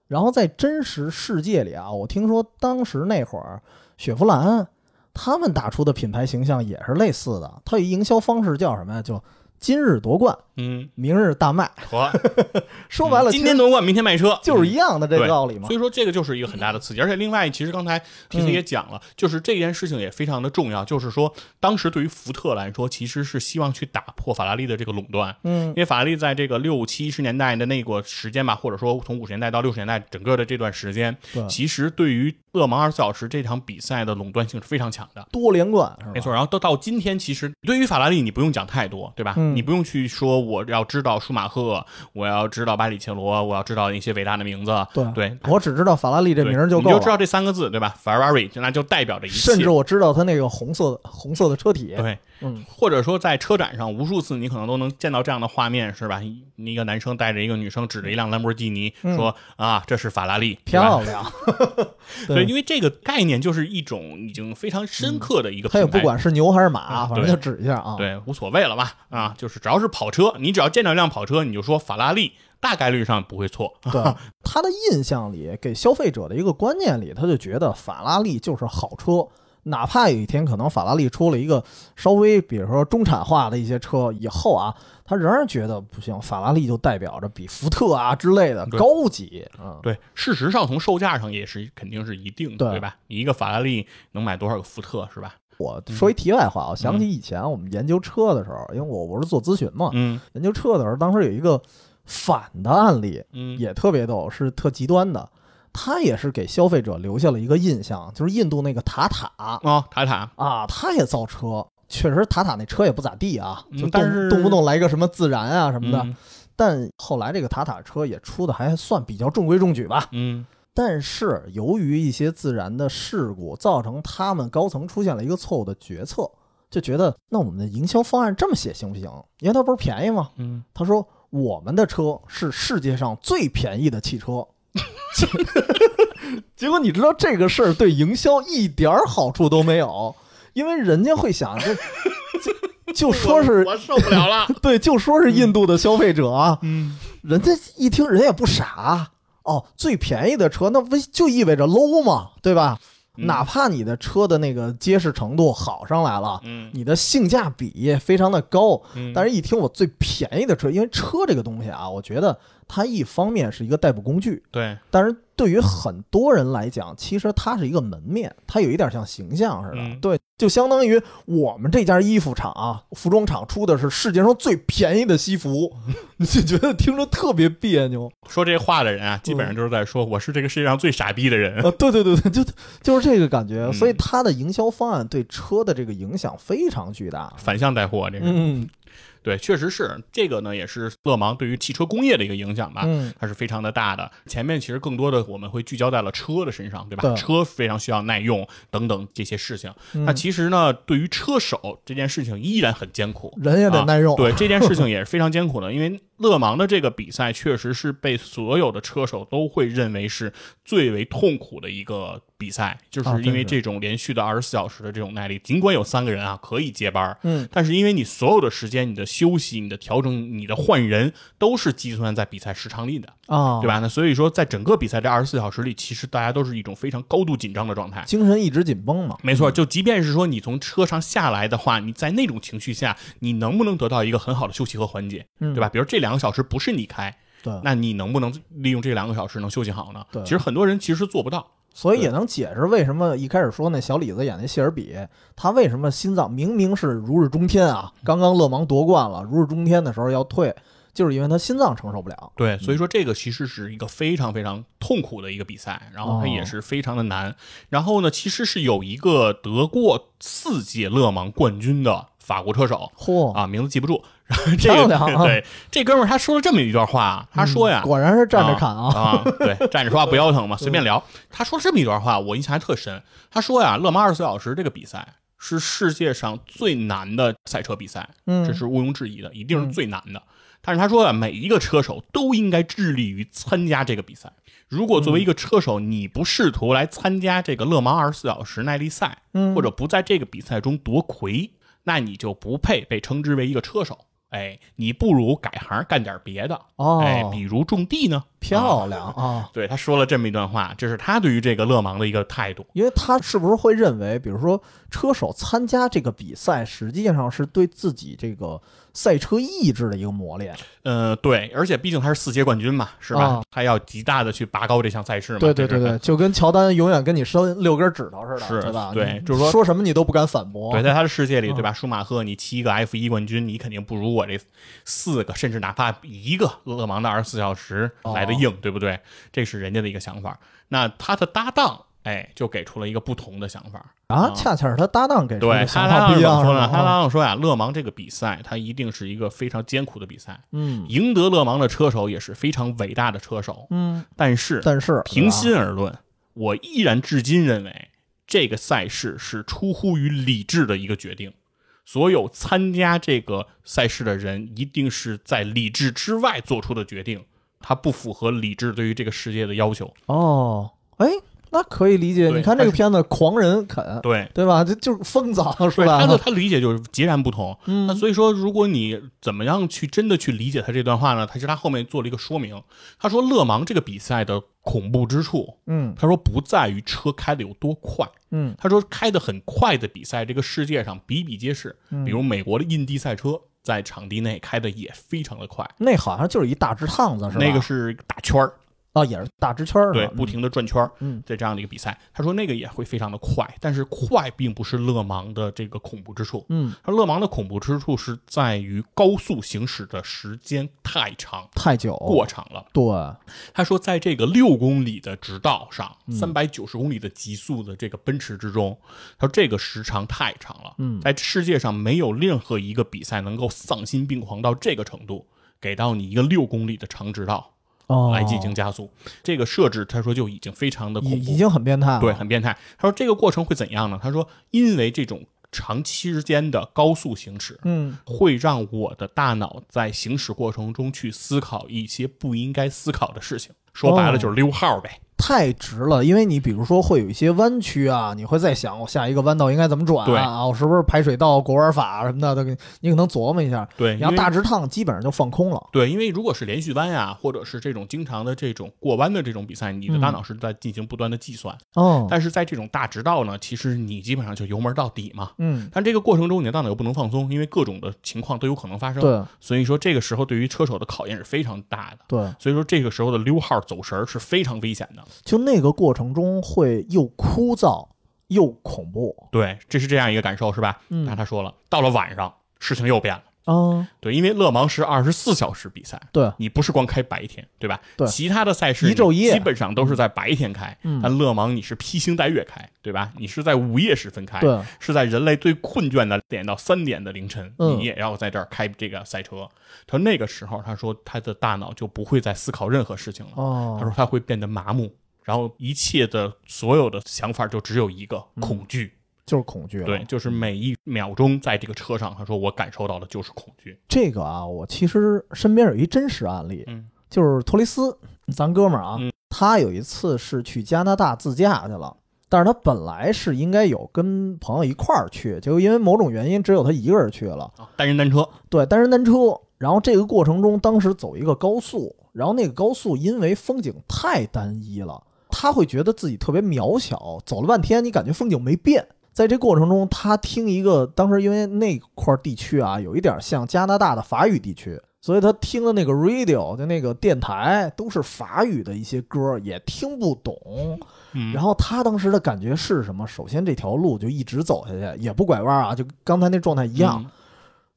S2: 然后在真实世界里啊，我听说当时那会儿，雪佛兰他们打出的品牌形象也是类似的，它有一营销方式叫什么呀？就今日夺冠，
S1: 嗯，
S2: 明日大卖。
S1: 和
S2: 说白了，
S1: 今天夺冠，明天卖车，
S2: 其实就
S1: 嗯
S2: 是一样的这个道理嘛
S1: 所。以说这个就是一个很大的
S2: 嗯
S1: 刺激，而且另外，其实刚才 T C 也讲了，就是这件事情也非常的重要，就是说当时对于福特来说，其实是希望去打破法拉利的这个垄断，
S2: 嗯
S1: 因为法拉利在这个六七十年代的那个时间吧，或者说从五十年代到六十年代整个的这段时间
S2: 对，
S1: 其实对于勒芒二十四小时这场比赛的垄断性是非常强的。
S2: 多连冠是吧？
S1: 没错，然后到到今天，其实对于法拉利，你不用讲太多，对吧？
S2: 嗯
S1: 你不用去说我要知道舒马赫，我要知道巴里切罗，我要知道一些伟大的名字，
S2: 对
S1: 对，
S2: 我只知道法拉利这名儿
S1: 就
S2: 够
S1: 你知道
S2: 了，
S1: 这三个字，对吧？Ferrari，那就代表着一切。
S2: 甚至我知道它那个红色的红色的车体。
S1: 对，
S2: 嗯，
S1: 或者说在车展上，无数次你可能都能见到这样的画面，是吧？一一个男生带着一个女生，指着一辆兰博基尼
S2: 嗯
S1: 说：“啊，这是法拉利。”对吧
S2: 漂亮。嗯
S1: 对，，因为这个概念就是一种已经非常深刻的一个
S2: 它
S1: 品
S2: 也
S1: 牌。
S2: 不管是牛还是马，
S1: 嗯
S2: 反正就指一下啊。
S1: 对，无所谓了吧？啊，就是只要是跑车，你只要见到一辆跑车，你就说法拉利，大概率上不会错。
S2: 对，他的印象里给消费者的一个观念里，他就觉得法拉利就是好车，哪怕有一天可能法拉利出了一个稍微比如说中产化的一些车以后啊，他仍然觉得不行，法拉利就代表着比福特啊之类的
S1: 对嗯
S2: 高级啊。
S1: 对，事实上从售价上也是肯定是一定的，
S2: 对
S1: 对吧？你一个法拉利能买多少个福特，是吧？
S2: 我呃说一题外话，我想起以前我们研究车的时候，因为我我是做咨询嘛，
S1: 嗯
S2: 研究车的时候，当时有一个反的案例，
S1: 嗯，
S2: 也特别逗，是特极端的。他也是给消费者留下了一个印象，就是印度那个塔塔，
S1: 哦，塔塔，
S2: 啊，他也造车，确实塔塔那车也不咋地啊，
S1: 嗯
S2: 就动、
S1: 但是
S2: 动不动来个什么自燃啊什么的。
S1: 嗯
S2: 但后来这个塔塔车也出的还算比较中规中矩吧。
S1: 嗯，
S2: 但是由于一些自燃的事故，造成他们高层出现了一个错误的决策，就觉得那我们的营销方案这么写行不行？因为它不是便宜吗？
S1: 嗯，
S2: 他说我们的车是世界上最便宜的 汽车。结果你知道这个事儿对营销一点儿好处都没有，因为人家会想这就就说是
S1: 我受不了了。
S2: 对，就说是印度的消费者啊，
S1: 嗯，
S2: 人家一听人也不傻哦，最便宜的车那不就意味着 low 嘛，对吧？
S1: 嗯
S2: 哪怕你的车的那个结实程度好上来了，
S1: 嗯
S2: 你的性价比也非常的高，
S1: 嗯
S2: 但是一听我最便宜的车，因为车这个东西啊，我觉得它一方面是一个代步工具，
S1: 对，
S2: 但是对于很多人来讲，其实它是一个门面，它有一点像形象似的。
S1: 嗯
S2: 对，就相当于我们这家衣服厂啊，服装厂出的是世界上最便宜的 西服，你就觉得听着特别别扭
S1: 说这话的人啊，基本上就是在说我是这个世界上最傻逼的人。
S2: 啊！对对对对，就就是这个感觉。
S1: 嗯
S2: 所以它的营销方案对车的这个影响非常巨大。
S1: 反向带货，这是。
S2: 嗯，
S1: 对，确实是这个呢，也是勒芒对于汽车工业的一个影响吧。
S2: 嗯，
S1: 它是非常的大的。前面其实更多的我们会聚焦在了车的身上，对吧？
S2: 对
S1: 车非常需要耐用等等这些事情。
S2: 嗯
S1: 那其实呢，对于车手这件事情依然很艰苦。
S2: 人也得耐用，
S1: 啊对这件事情也是非常艰苦的，因为勒芒的这个比赛确实是被所有的车手都会认为是最为痛苦的一个比赛，就是
S2: 啊真
S1: 因为
S2: 是
S1: 这种连续的二十四小时的这种耐力，尽管有三个人啊可以接班儿，
S2: 嗯，
S1: 但是因为你所有的时间、你的休息、你的调整、你的换人都是计算在比赛时长里的，
S2: 啊，
S1: 对？吧？那所以说，在整个比赛这二十四小时里，其实大家都是一种非常高度紧张的状态。
S2: 精神一直紧绷嘛，
S1: 没错，就即便是说你从车上下来的话，你在那种情绪下，你能不能得到一个很好的休息和缓解，
S2: 嗯
S1: 对吧？比如这两个小时不是你开，
S2: 对，
S1: 那你能不能利用这两个小时能休息好呢？
S2: 对
S1: 其实很多人其实做不到。
S2: 所以也能解释为什么一开始说那小李子演那谢尔比，他为什么心脏明明是如日中天啊，刚刚勒芒夺冠了，如日中天的时候要退，就是因为他心脏承受不了。
S1: 对，所以说这个其实是一个非常非常痛苦的一个比赛，然后它
S2: 哦
S1: 也是非常的难。然后呢，其实是有一个得过四届勒芒冠军的法国车手
S2: 嚯、
S1: 啊，名字记不住。这
S2: 哦漂
S1: 个
S2: 亮啊嗯
S1: 对这哥们儿他说了这么一段话，他说呀，
S2: 果然是站着看啊，
S1: 啊，对， 站着说话不腰疼嘛，随便聊。他说了这么一段话，我印象还特深。他说呀，勒芒二十四小时这个比赛是世界上最难的赛车比赛，
S2: 嗯
S1: 这是毋庸置疑的，一定是最难的。但是他说呀，每一个车手都应该致力于参加这个比赛。如果作为一个车手，你不试图来参加这个勒芒二十四小时耐力赛，
S2: 嗯
S1: 或者不在这个比赛中夺魁，那你就不配被称之为一个车手。哎，你不如改行干点别的。
S2: 哦
S1: 哎，比如种地呢，
S2: 漂亮啊。
S1: 对，他说了这么一段话，这是他对于这个勒芒的一个态度。
S2: 因为他是不是会认为，比如说车手参加这个比赛，实际上是对自己这个赛车意志的一个磨练？
S1: 呃，对，而且毕竟他是四届冠军嘛，是吧？
S2: 啊
S1: 他要极大的去拔高这项赛事嘛。
S2: 对 对对
S1: 这是。
S2: 对，就跟乔丹永远跟你伸六根指头似的，
S1: 是
S2: 对吧？
S1: 对
S2: 你
S1: 就是说
S2: 说什么你都不敢反驳。
S1: 对，在他的世
S2: 嗯
S1: 界里，对吧？舒马赫，你七个 F 一冠军，你肯定不如我这四个，甚至哪怕一个勒芒的二十四小时来的
S2: 哦
S1: 硬，对不对？这是人家的一个想法。那他的搭档，哎，就给出了一个不同的想法。
S2: 啊
S1: 啊，
S2: 恰恰是他搭档给出
S1: 对，
S2: 的
S1: 他
S2: 想
S1: 搭
S2: 法
S1: 档
S2: 不一
S1: 怎么
S2: 样，
S1: 说
S2: 是
S1: 呢？
S2: 吧哦
S1: 他搭档说呀，勒芒这个比赛，它一定是一个非常艰苦的比赛。
S2: 嗯
S1: 赢得勒芒的车手也是非常伟大的车手，
S2: 嗯，
S1: 但是
S2: 但是啊
S1: 平心而论，我依然至今认为这个赛事是出乎于理智的一个决定。所有参加这个赛事的人，一定是在理智之外做出的决定，它不符合理智对于这个世界的要求。
S2: 哦，哎，那可以理解。
S1: 对
S2: 你看这
S1: 他
S2: 个
S1: 是
S2: 片子，狂人肯，
S1: 对，
S2: 对吧？这就是疯子是
S1: 对，他的
S2: 吧？嗯
S1: 他的理解就是截然不同。那所以说，如果你怎么样去真的去理解他这段话呢？他是他后面做了一个说明，他说勒芒这个比赛的恐怖之处，
S2: 嗯
S1: 他说不在于车开的有多快，
S2: 嗯
S1: 他说开的很快的比赛，这个世界上比比皆是。
S2: 嗯
S1: 比如美国的印地赛车，在场地内开的也非常的快，
S2: 那好像就是一大直趟子，是吧？
S1: 那个是大圈儿，
S2: 啊，也是大直圈儿，
S1: 对，
S2: 是吧
S1: 不停的转圈儿，
S2: 嗯，
S1: 在这样的一个比赛，他说那个也会非常的快，但是快并不是勒芒的这个恐怖之处。
S2: 嗯，
S1: 他说勒芒的恐怖之处是在于高速行驶的时间太长。
S2: 太久
S1: 过长了。
S2: 对，
S1: 他说，在这个六公里的直道上，
S2: 嗯
S1: 三百九十公里的极速的这个奔驰之中，他说这个时长太长了。
S2: 嗯
S1: 在世界上没有任何一个比赛能够丧心病狂到这个程度，给到你一个六公里的长直道
S2: 哦，
S1: 来进行加速。这个设置，他说就已经非常的
S2: 已
S1: 恐
S2: 已
S1: 怖，
S2: 经很变态了，
S1: 对，很变态。他说这个过程会怎样呢？他说，因为这种长期之间的高速行 驶，
S2: 嗯
S1: 会让我的大脑在行驶过程中去思考一些不应该思考的事情。说白了
S2: 哦
S1: 就是溜号呗。
S2: 太直了，因为你比如说会有一些弯曲啊，你会在想我下一个弯道应该怎么转
S1: 对
S2: 啊啊，我是不是排水道、国玩法什么的，都给你可能琢磨一下。
S1: 对，
S2: 你
S1: 因
S2: 要
S1: 为
S2: 大直趟，基本上就放空了。
S1: 对，因为如果是连续弯呀、或者是这种经常的这种过弯的这种比赛，你
S2: 嗯
S1: 的大脑是在进行不断的计算。
S2: 哦，
S1: 但是在这种大直道呢，其实你基本上就油门到底嘛。
S2: 嗯，
S1: 但这个过程中，你的大脑又不能放松，因为各种的情况都有可能发生。
S2: 对
S1: 所以说这个时候对于车手的考验是非常大的。
S2: 对，
S1: 所以说这个时候的溜号走神儿是非常危险的。
S2: 就那个过程中会又枯燥又恐怖
S1: 对，这是这样一个感受，是吧？
S2: 嗯
S1: 那他说了，到了晚上，事情又变了。
S2: 哦，
S1: 对，因为勒芒是二十四小时比赛，
S2: 对，
S1: 你不是光开白天，对吧？
S2: 对
S1: 其他的赛事
S2: 一昼
S1: 你
S2: 夜
S1: 基本上都是在白天开，
S2: 嗯
S1: 但勒芒你是披星戴月开，对吧？你是在午夜时分开，
S2: 对，
S1: 是在人类最困倦的点到三点的凌晨，
S2: 嗯
S1: 你也要在这儿开这个赛车。他说那个时候，他说他的大脑就不会再思考任何事情了，他
S2: 哦，
S1: 说他会变得麻木，然后一切的所有的想法就只有一个恐惧。
S2: 嗯就是嗯恐惧了。
S1: 对，，就是每一秒钟在这个车上，他说我感受到的就是恐惧。
S2: 这个啊，我其实身边有一真实案例，
S1: 嗯
S2: 就是托雷斯，咱哥们儿啊，
S1: 嗯
S2: 他有一次是去加拿大自驾去了。但是他本来是应该有跟朋友一块儿去，结果因为某种原因，只有他一个人去了。
S1: 啊，单人单车，
S2: 对，单人单车。然后这个过程中，当时走一个高速，然后那个高速因为风景太单一了，他会觉得自己特别渺小。走了半天，你感觉风景没变。在这过程中，他听一个当时因为那块地区啊，有一点像加拿大的法语地区，所以他听的那个 radio 就那个电台都是法语的一些歌，也听不懂。
S1: 嗯，
S2: 然后他当时的感觉是什么？首先这条路就一直走下去，也不拐弯啊，就跟刚才那状态一样。
S1: 嗯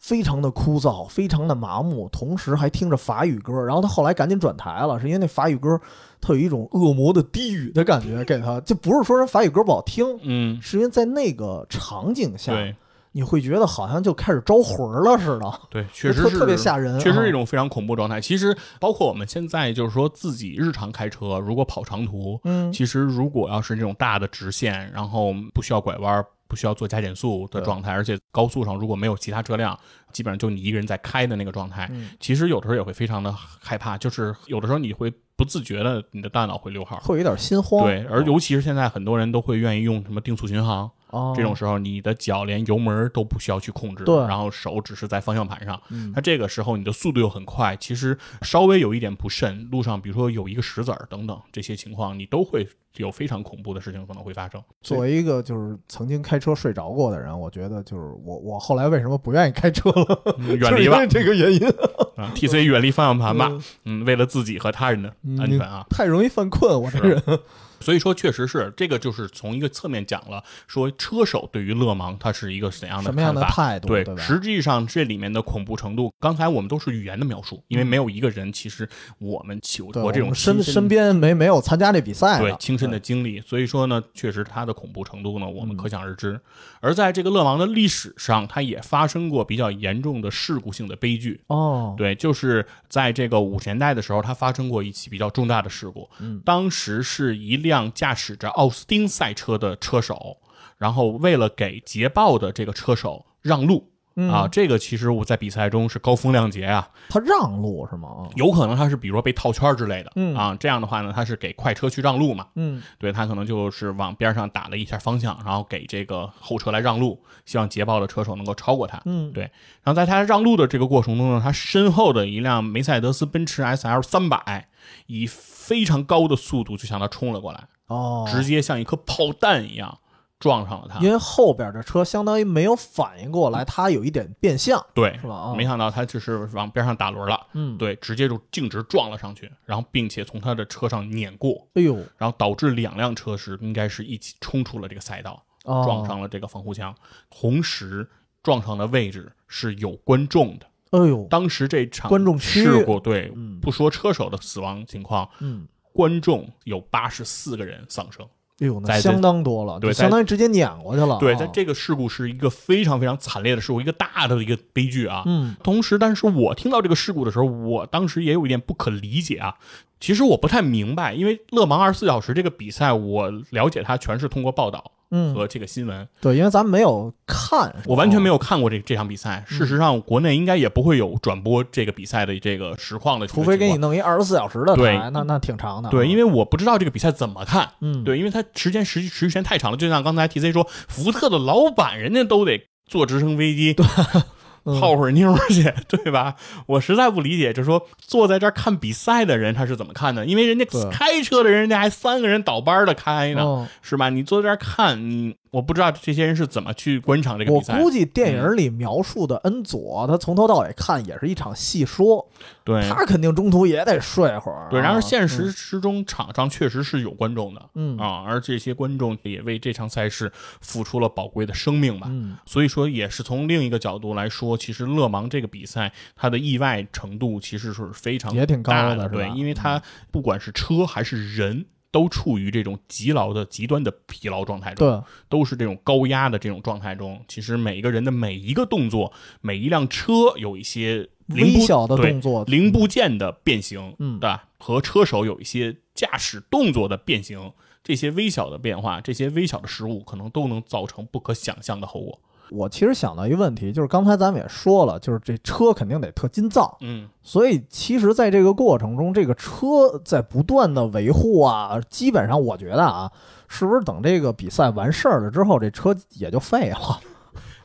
S2: 非常的枯燥，非常的麻木，同时还听着法语歌。然后他后来赶紧转台了，是因为那法语歌，他有一种恶魔的低语的感觉给他。这不是说人法语歌不好听，
S1: 嗯，
S2: 是因为在那个场景下，
S1: 对
S2: 你会觉得好像就开始招魂了似的，
S1: 对，确实
S2: 特
S1: 是
S2: 特别吓人，啊
S1: 确实是一
S2: 种
S1: 种非常恐怖状态。其实包括我们现在就是说自己日常开车，如果跑长途，
S2: 嗯
S1: 其实如果要是那种大的直线，然后不需要拐弯。不需要做加减速的
S2: 对
S1: 状态，而且高速上如果没有其他车辆，基本上就你一个人在开的那个状态，
S2: 嗯，
S1: 其实有的时候也会非常的害怕，就是有的时候你会不自觉的，你的大脑会溜号。
S2: 会有一点心慌。
S1: 对，而尤其是现在很多人都会愿意用什么定速巡航，
S2: 哦
S1: 这种时候你的脚连油门都不需要去控制，
S2: 对
S1: 然后手只是在方向盘上。
S2: 嗯
S1: 那这个时候你的速度又很快，其实稍微有一点不慎，路上比如说有一个石子儿等等这些情况，你都会有非常恐怖的事情可能会发生。
S2: 作为一个就是曾经开车睡着过的人，我觉得就是我我后来为什么不愿意开车了，
S1: 嗯远离吧
S2: 就是因为这个 原因。
S1: 啊，TC 远离方向盘吧
S2: 嗯，
S1: 嗯，为了自己和他人的安全啊。
S2: 太容易犯困，我这人。
S1: 所以说，确实是这个，就是从一个侧面讲了，说车手对于勒芒它是一个怎样的
S2: 什么样的
S1: 看法
S2: 态度，
S1: 对，
S2: 吧？
S1: 实际上这里面的恐怖程度，刚才我们都是语言的描述，因为没有一个人其实我们有
S2: 对
S1: 过这
S2: 我
S1: 种
S2: 们身
S1: 亲
S2: 身边没没有参加这比赛的，
S1: 对亲身的经历，所以说呢，确实它的恐怖程度呢，
S2: 嗯
S1: 我们可想而知。而在这个勒芒的历史上，它也发生过比较严重的事故性的悲剧。
S2: 哦，
S1: 对，就是在这个五十年代的时候，它发生过一起比较重大的事故。
S2: 嗯
S1: 当时是一辆驾驶着奥斯汀赛车的车手，然后为了给捷豹的这个车手让路。
S2: 嗯
S1: 啊，这个其实我在比赛中是高风亮节啊，
S2: 他让路是吗？啊
S1: 有可能他是比如说被套圈儿之类的，
S2: 嗯
S1: 啊，这样的话呢，他是给快车去让路嘛，
S2: 嗯，
S1: 对他可能就是往边上打了一下方向，然后给这个后车来让路，希望捷豹的车手能够超过他。
S2: 嗯
S1: 对。然后在他让路的这个过程中呢，他身后的一辆梅赛德斯奔驰 SL 三百以非常高的速度就向他冲了过来，
S2: 哦，
S1: 直接像一颗炮弹一样撞上了他。
S2: 因为后边的车相当于没有反应过来，他有一点变向，
S1: 对
S2: 是，吧？啊，
S1: 没想到他只是往边上打轮了，
S2: 嗯，
S1: 对，直接就径直撞了上去，然后并且从他的车上碾过，
S2: 哎呦，
S1: 然后导致两辆车是应该是一起冲出了这个赛道。
S2: 哦
S1: 撞，上了这个防护墙，同时撞上的位置是有观众的。
S2: 哎呦，
S1: 当时这场
S2: 观众区
S1: 事故，对，
S2: 嗯
S1: 不说车手的死亡情况，
S2: 嗯，
S1: 观众有八十四个人丧生。
S2: 哎呦，那
S1: 在
S2: 相当多了，
S1: 对
S2: 就
S1: 在
S2: 相当于直接碾过去了，
S1: 对，
S2: 啊
S1: 在，这个事故是一个非常非常惨烈的事故，一个大的一个悲剧啊。
S2: 嗯，
S1: 同时，但是我听到这个事故的时候，我当时也有一点不可理解啊。其实我不太明白，因为勒芒二十四小时这个比赛，我了解它全是通过报道
S2: 嗯，
S1: 和这个新闻。
S2: 对，因为咱们没有看，
S1: 我完全没
S2: 有，
S1: 有看过这这场比
S2: 哦
S1: 赛。事实上，国内应该也不会有转播这个比赛的这个实况的这个
S2: 除
S1: 情况，
S2: 非给你啊弄一二十四小时的
S1: 对
S2: 台，那那挺长的，
S1: 对，因
S2: 为，
S1: 为我不知道这个比赛怎么看。
S2: 嗯，
S1: 对，因为它时间持续持续时间太长了，就像刚才 T C 说，福特的老板人家都得坐直升飞机
S2: 嗯，
S1: 泡会儿妞儿去， 对吧？我实在不理解，就说坐在这儿看比赛的人他是怎么看的？因为人家
S2: 对
S1: 开车的人，人家还三个人倒班儿的开呢，
S2: 哦
S1: 是吧？你坐在这儿看，你我不知道这些人是怎么去观察这个
S2: 我
S1: 比赛的。嗯
S2: 估计电影里描述的恩佐，他从头到尾看也是一场戏说，
S1: 对
S2: 他肯定中途也得睡会儿啊。
S1: 哎对，然而现实之中，场上确实是有观众的，
S2: 嗯
S1: 啊，而这些观众也为这场赛事付出了宝贵的生命吧。
S2: 嗯，
S1: 所以说，也是从另一个角度来说，其实勒芒这个比赛它的意外程度其实是非常
S2: 也挺高
S1: 大
S2: 的是吧嗯
S1: 对，因为它不管是车还是人。都处于这种极劳的极端的疲劳状态中，
S2: 对，
S1: 都是这种高压的这种状态中。其实每一个人的每一个动作，每一辆车有一些零
S2: 微
S1: 部
S2: 小的
S1: 对
S2: 动作，
S1: 零部件的变形，
S2: 嗯
S1: 对吧？和车手有一些驾驶动作的变形，这些微小的变化，这些微小的失误，可能都能造成不可想象的后果。
S2: 我其实想到一个问题，就是刚才咱们也说了，就是这车肯定得特金造，
S1: 嗯，
S2: 所以其实在这个过程中，这个车在不断的维护啊，基本上我觉得啊，是不是等这个比赛完事儿了之后，这车也就废了？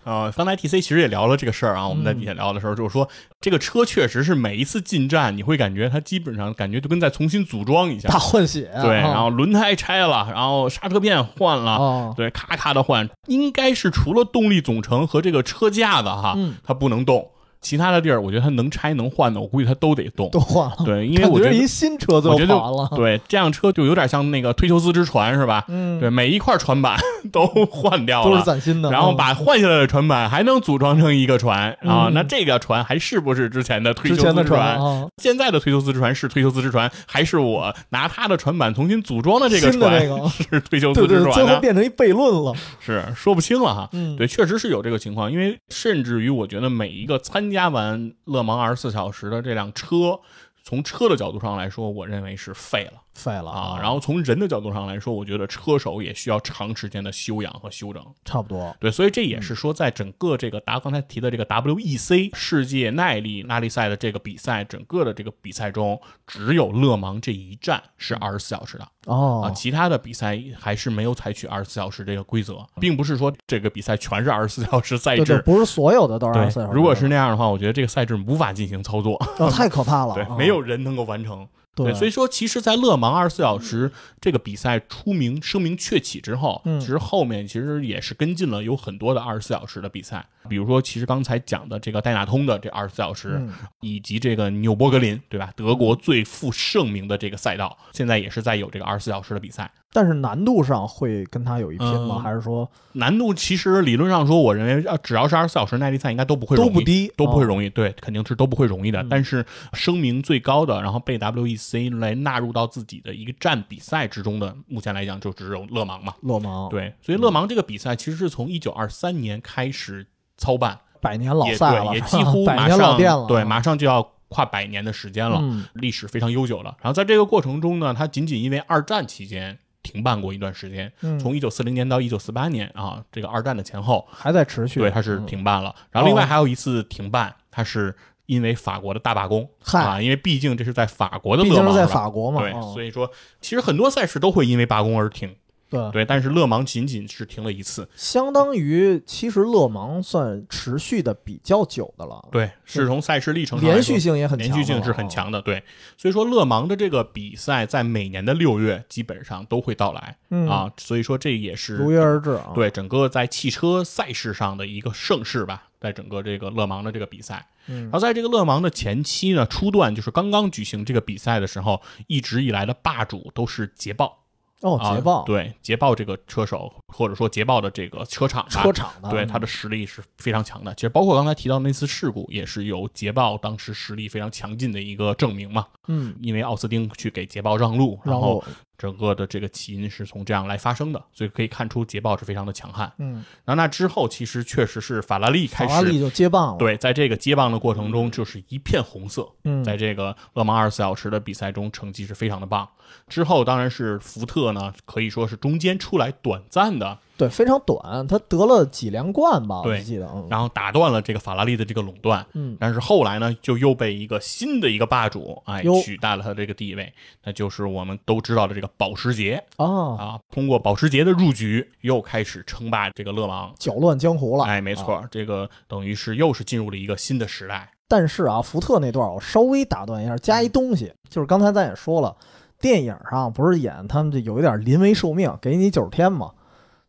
S1: 呃，刚才 T C 其实也聊了这个事儿啊，我们在
S2: 嗯
S1: 底下聊的时候就是说，这个车确实是每一次进站，你会感觉它基本上感觉就跟在重新组装一下
S2: 大，换血、啊，
S1: 对，然后轮胎拆了，然后刹车片换了，
S2: 啊，
S1: 对，咔咔的换，应该是除了动力总成和这个车架子哈，
S2: 嗯
S1: 它不能动，其他的地儿我觉得它能拆能换的，我估计它都得动。
S2: 都换了，
S1: 对，因为我觉
S2: 感
S1: 得
S2: 一新
S1: 我
S2: 车
S1: 觉
S2: 最
S1: 得
S2: 后跑完了，
S1: 对这辆车就有点像那个推求斯之船是吧？
S2: 嗯，
S1: 对，每一块船板 都换掉
S2: 都是
S1: 了。
S2: 崭新的，
S1: 哦然后
S2: 嗯
S1: 把换下来的船板还能组装成一个船啊
S2: 嗯，
S1: 那这个船还是不是之前的推
S2: 之
S1: 求
S2: 前
S1: 斯
S2: 的
S1: 之
S2: 船
S1: 船？
S2: 啊，
S1: 现在的推求斯之船是推求斯之船，还是我拿它的船板重新组装的这个
S2: 新的
S1: 船
S2: 这
S1: 是
S2: 个
S1: 推求
S2: 对
S1: 斯
S2: 对
S1: 之
S2: 对，
S1: 船
S2: 最后
S1: 呢？
S2: 变成一悖论了，
S1: 是说不清了哈。
S2: 嗯，
S1: 对，确实是有这个情况，因为甚至于我觉得每一个参加完勒芒二十四小时的这辆车，从车的角度上来说，我认为是废了
S2: 废了
S1: 啊。然后从人的角度上来说，我觉得车手也需要长时间的休养和休整。
S2: 差不多，
S1: 对，所以这也
S2: 嗯
S1: 是说，在整个这个达刚才提的这个 WEC 世界耐力拉力赛的这个比赛，整个的这个比赛中，只有勒芒这一站是二十四小时的。啊，
S2: 哦，
S1: 其他的比赛还是没有采取二十四小时这个规则，并不是说这个比赛全是二十四小时赛
S2: 对对，
S1: 制。
S2: 不是所有的都是二十四小时，
S1: 如果是那样的话，我觉得这个赛制无法进行操作，
S2: 哦太可怕了，
S1: 对
S2: 啊，
S1: 没有人能够完成。
S2: 对，
S1: 所以说，其实，在勒芒二十四小时这个比赛出名声名鹊起之后，
S2: 嗯
S1: 其实后面其实也是跟进了有很多的二十四小时的比赛，比如说，其实刚才讲的这个戴纳通的这二十四小时，
S2: 嗯
S1: 以及这个纽博格林，对吧？德国最负盛名的这个赛道，现在也是在有这个二十四小时的比赛。
S2: 但是难度上会跟他有一拼吗？
S1: 嗯
S2: 还是说
S1: 难度其实理论上说，我认为要只要是二十四小时耐力赛，应该都不会容
S2: 都
S1: 易
S2: 不低，嗯
S1: 都不会
S2: 哦
S1: 容易，对，肯定是都不会容易的。但是声名最高的，然后被 WEC 来纳入到自己的一个站比赛之中的，目前来讲就只有勒芒嘛。
S2: 勒芒，，
S1: 对，所以勒芒这个比赛其实是从一九二三年开始操办，
S2: 百年老
S1: 也
S2: 赛了，
S1: 对，也
S2: 是吧
S1: 几乎
S2: 百
S1: 马
S2: 年
S1: 上
S2: 老店了，啊
S1: 对，马上就要跨百年的时间了，
S2: 嗯
S1: 历史非常悠久了。然后在这个过程中呢，它仅仅因为二战期间停办过一段时间，
S2: 嗯
S1: 从一九四零年到一九四八年啊，这个二战的前后，
S2: 还在持续，
S1: 对，它是
S2: 嗯
S1: 停办了。然后另
S2: 哦
S1: 外还有一次停办，它是因为法国的大罢工
S2: 嗨
S1: 啊，因为毕竟这是在法国的
S2: 毕
S1: 勒
S2: 竟是
S1: 芒
S2: 在
S1: 了。
S2: 法国嘛，
S1: 对，
S2: 哦
S1: 所以说其实很多赛事都会因为罢工而停，
S2: 对，
S1: 对，但是勒芒仅仅是停了一次，
S2: 相当于其实勒芒算持续的比较久的了，
S1: 对，是从赛事历程上来
S2: 连
S1: 说
S2: 续性也很强
S1: 连
S2: 的了，
S1: 续性是很
S2: 哦，
S1: 强的，对，所以说勒芒的这个比赛在每年的六月基本上都会到来、
S2: 嗯
S1: 啊，所以说这也是
S2: 如约而至啊，，
S1: 对整个在汽车赛事上的一个盛世吧，在整个这个勒芒的这个比赛。
S2: 嗯
S1: 然后在这个勒芒的前期呢，初段就是刚刚举行这个比赛的时候，一直以来的霸主都是捷豹，
S2: 哦，
S1: 啊
S2: 捷豹，
S1: 对捷豹这个车手或者说捷豹的这个车厂吧，
S2: 车厂的，
S1: 对他的实力是非常强的。其实包括刚才提到那次事故，也是由捷豹当时实力非常强劲的一个证明嘛。
S2: 嗯，
S1: 因为奥斯汀去给捷豹让路，然
S2: 然
S1: 后整个的这个起因是从这样来发生的，所以可以看出捷豹是非常的强悍。
S2: 嗯，
S1: 然后那之后，其实确实是法拉利
S2: 法
S1: 开
S2: 拉利
S1: 始。
S2: 就接棒了，，
S1: 对，在这个接棒的过程中，就是一片红色。
S2: 嗯
S1: 在这个勒芒二十四小时的比赛中，成绩是非常的棒。之后当然是福特呢，可以说是中间出来短暂的
S2: 对，非常短，他得了几连冠吧，我
S1: 对
S2: 记得，嗯
S1: 然后打断了这个法拉利的这个垄断。
S2: 嗯，
S1: 但是后来呢，就又被一个新的一个霸主哎
S2: 哟
S1: 取代了他这个地位，那就是我们都知道的这个保时捷
S2: 啊，
S1: 啊。通过保时捷的入局，又开始称霸这个勒芒。
S2: 搅乱江湖了，
S1: 哎，没
S2: 啊
S1: 错，这个等于是又是进入了一个新的时代。
S2: 但是啊，福特那段我稍微打断一下，
S1: 嗯
S2: 加一东西，就是刚才咱也说了，电影上不是演他们这有一点临危受命，给你九十天嘛。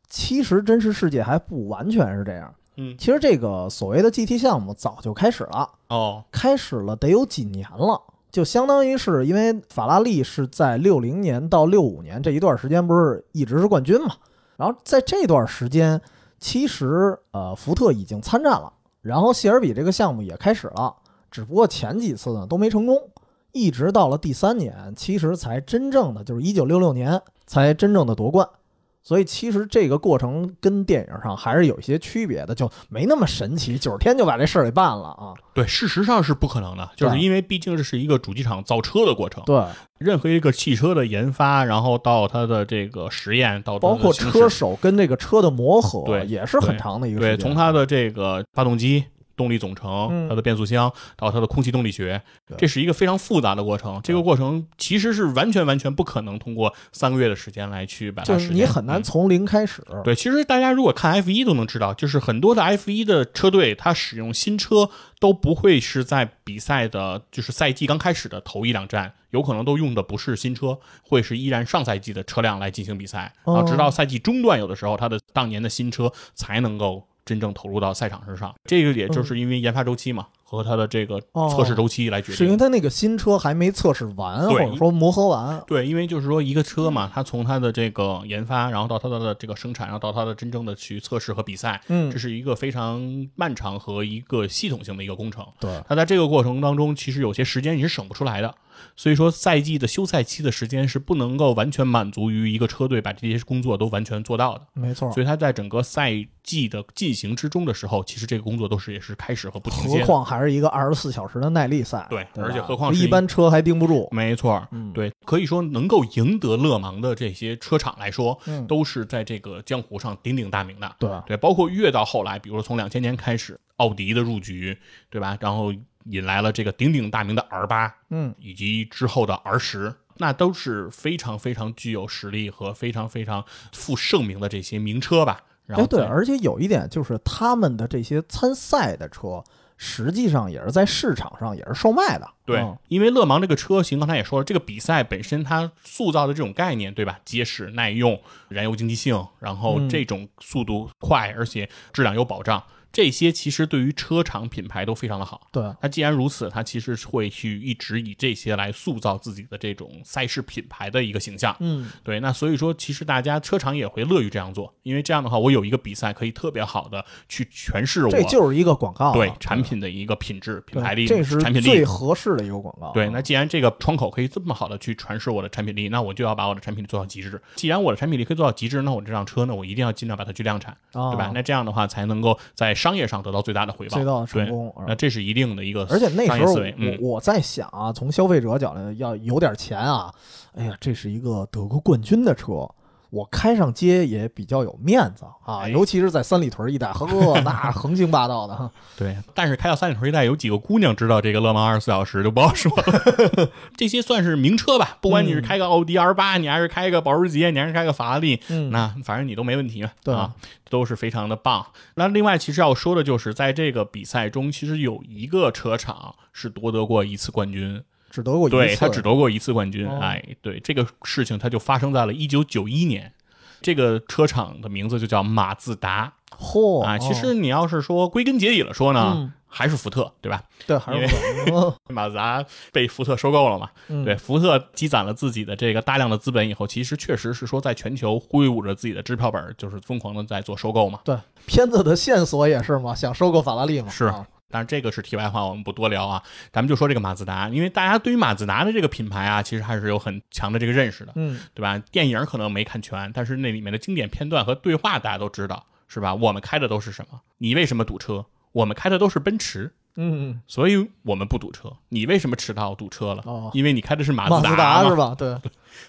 S2: 其实真实世界还不完全是这样。
S1: 嗯，
S2: 其实这个所谓的 GT 项目早就开始了，
S1: 哦，
S2: 开始了得有几年了，就相当于是因为法拉利是在六零年到六五年这一段时间不是一直是冠军嘛，然后在这段时间，其实呃福特已经参战了，然后谢尔比这个项目也开始了，只不过前几次呢都没成功，一直到了第三年，其实才真正的就是一九六六年才真正的夺冠。所以其实这个过程跟电影上还是有一些区别的，就没那么神奇，九十天就把这事儿给办了啊。
S1: 对，事实上是不可能的，就是
S2: 对啊
S1: 因为毕竟这是一个主机厂造车的过程，
S2: 对，
S1: 任何一个汽车的研发，然后到它的这个实验，到它的
S2: 包括
S1: 行驶
S2: 车手跟这个车的磨合，
S1: 对
S2: 也是很长的一个
S1: 对，
S2: 时间。
S1: 从它的这个发动机、动力总成、
S2: 嗯
S1: 它的变速箱到它的空气动力学
S2: 对，
S1: 这是一个非常复杂的过程。这个过程其实是完全完全不可能通过三个月的时间来去把它
S2: 就
S1: 实
S2: 是
S1: 现。
S2: 你很难
S1: 嗯
S2: 从零开始，
S1: 对，其实大家如果看 F 一都能知道，就是很多的 F 一的车队，它使用新车都不会是在比赛的，就是赛季刚开始的头一两站，有可能都用的不是新车，会是依然上赛季的车辆来进行比赛，然后直
S2: 哦
S1: 到赛季中段，有的时候它的当年的新车才能够真正投入到赛场之上。这个也就是因为研发周期嘛，和它的这个
S2: 嗯哦
S1: 测试周期来决
S2: 是因
S1: 定。
S2: 为它那个新车还没测试完，
S1: 对
S2: 或者说磨合完。
S1: 对，因为就是说一个车嘛，它从它的这个研发，然后到它的这个生产，然后到它的真正的去测试和比赛，
S2: 嗯
S1: 这，是一个非常漫长和一个系统性的一个工程。
S2: 对，
S1: 它在这个过程当中，其实有些时间你是省不出来的，所以说赛季的休赛期的时间是不能够完全满足于一个车队把这些工作都完全做到的。
S2: 没错。
S1: 所以它在整个赛季的进行之中的时候，其实这个工作都是也是开始和不停
S2: 何
S1: 歇的。
S2: 况还是一个二十四小时的耐力赛，
S1: 对
S2: 吧
S1: 而且何况是
S2: 一般车还盯不住。
S1: 没错，
S2: 嗯，，
S1: 对，可以说能够赢得勒芒的这些车厂来说，
S2: 嗯，
S1: 都是在这个江湖上鼎鼎大名的。
S2: 对，
S1: 对，包括越到后来，比如说从两千年开始，奥迪的入局，对吧？然后引来了这个鼎鼎大名的 R 八，
S2: 嗯，
S1: 以及之后的 R 十，那都是非常非常具有实力和非常非常负盛名的这些名车吧。然
S2: 哎，
S1: 后
S2: 对，
S1: 再
S2: 而且有一点就是他们的这些参赛的车，实际上也是在市场上也是售卖的。
S1: 对
S2: 嗯，
S1: 因为勒芒这个车型，刚才也说了，这个比赛本身它塑造的这种概念，对吧？结实、耐用、燃油经济性，然后
S2: 嗯
S1: 这种速度快，而且质量有保障，这些其实对于车厂品牌都非常的好。
S2: 对，
S1: 它既然如此，它其实是会去一直以这些来塑造自己的这种赛事品牌的一个形象。
S2: 嗯，
S1: 对，那所以说，其实大家车厂也会乐于这样做，因为这样的话，我有一个比赛可以特别好的去诠释我
S2: 这就是一个广告啊，
S1: 对产品的一个品质、品牌力、
S2: 这是
S1: 产品
S2: 最
S1: 力。
S2: 合适的一个广告。
S1: 对，那既然这个窗口可以这么好的去传示我的产品力，那我就要把我的产品力做到极致。既然我的产品力可以做到极致，那我这辆车呢，我一定要尽量把它去量产，
S2: 啊，
S1: 对吧？那这样的话才能够在商业上得到最大的回报
S2: 最。大的成
S1: 对
S2: 功。啊
S1: 那这是一定的一个，
S2: 而且那时候
S1: 思维
S2: 我、
S1: 嗯
S2: 我在想啊，从消费者角度要有点钱啊，哎呀，这是一个德国冠军的车，我开上街也比较有面子啊，
S1: 哎
S2: 尤其是在三里屯一带， 呵，那横行霸道的，
S1: 对，但是开到三里屯一带，有几个姑娘知道这个勒芒二十四小时，就不好说了。 这些算是名车吧，不管
S2: 嗯
S1: 你是开个奥迪 R 八，你还是开个保时捷，你还是开个法拉利，
S2: 嗯
S1: 那反正你都没问题，
S2: 对
S1: 啊，都是非常的棒。那另外，其实要说的就是，在这个比赛中，其实有一个车厂是夺得过一次冠军，
S2: 只得过一次，
S1: 对他只夺过一次冠军。
S2: 哦
S1: 哎，对这个事情，它就发生在了一九九一年。这个车厂的名字就叫马自达
S2: 嚯
S1: 啊。其
S2: 哦
S1: 实你要是说归根结底了说呢，
S2: 嗯
S1: 还是福特，对吧？
S2: 对还
S1: 因为
S2: 是我
S1: 马自达被福特收购了嘛？
S2: 嗯
S1: 对，福特积攒了自己的这个大量的资本以后，其实确实是说在全球挥舞着自己的支票本儿，就是疯狂的在做收购嘛。
S2: 对片子的线索也是嘛，想收购法拉利嘛，
S1: 是
S2: 啊
S1: 当然，这个是题外话，我们不多聊啊。咱们就说这个马自达，因为大家对于马自达的这个品牌啊，其实还是有很强的这个认识的，
S2: 嗯，
S1: 对吧？电影可能没看全，但是那里面的经典片段和对话大家都知道，是吧？我们开的都是什么？你为什么堵车？我们开的都是奔驰，
S2: 嗯，
S1: 所以我们不堵车。你为什么迟到堵车了？
S2: 哦
S1: 因为你开的是马
S2: 马
S1: 自
S2: 自
S1: 嘛
S2: 达是吧？对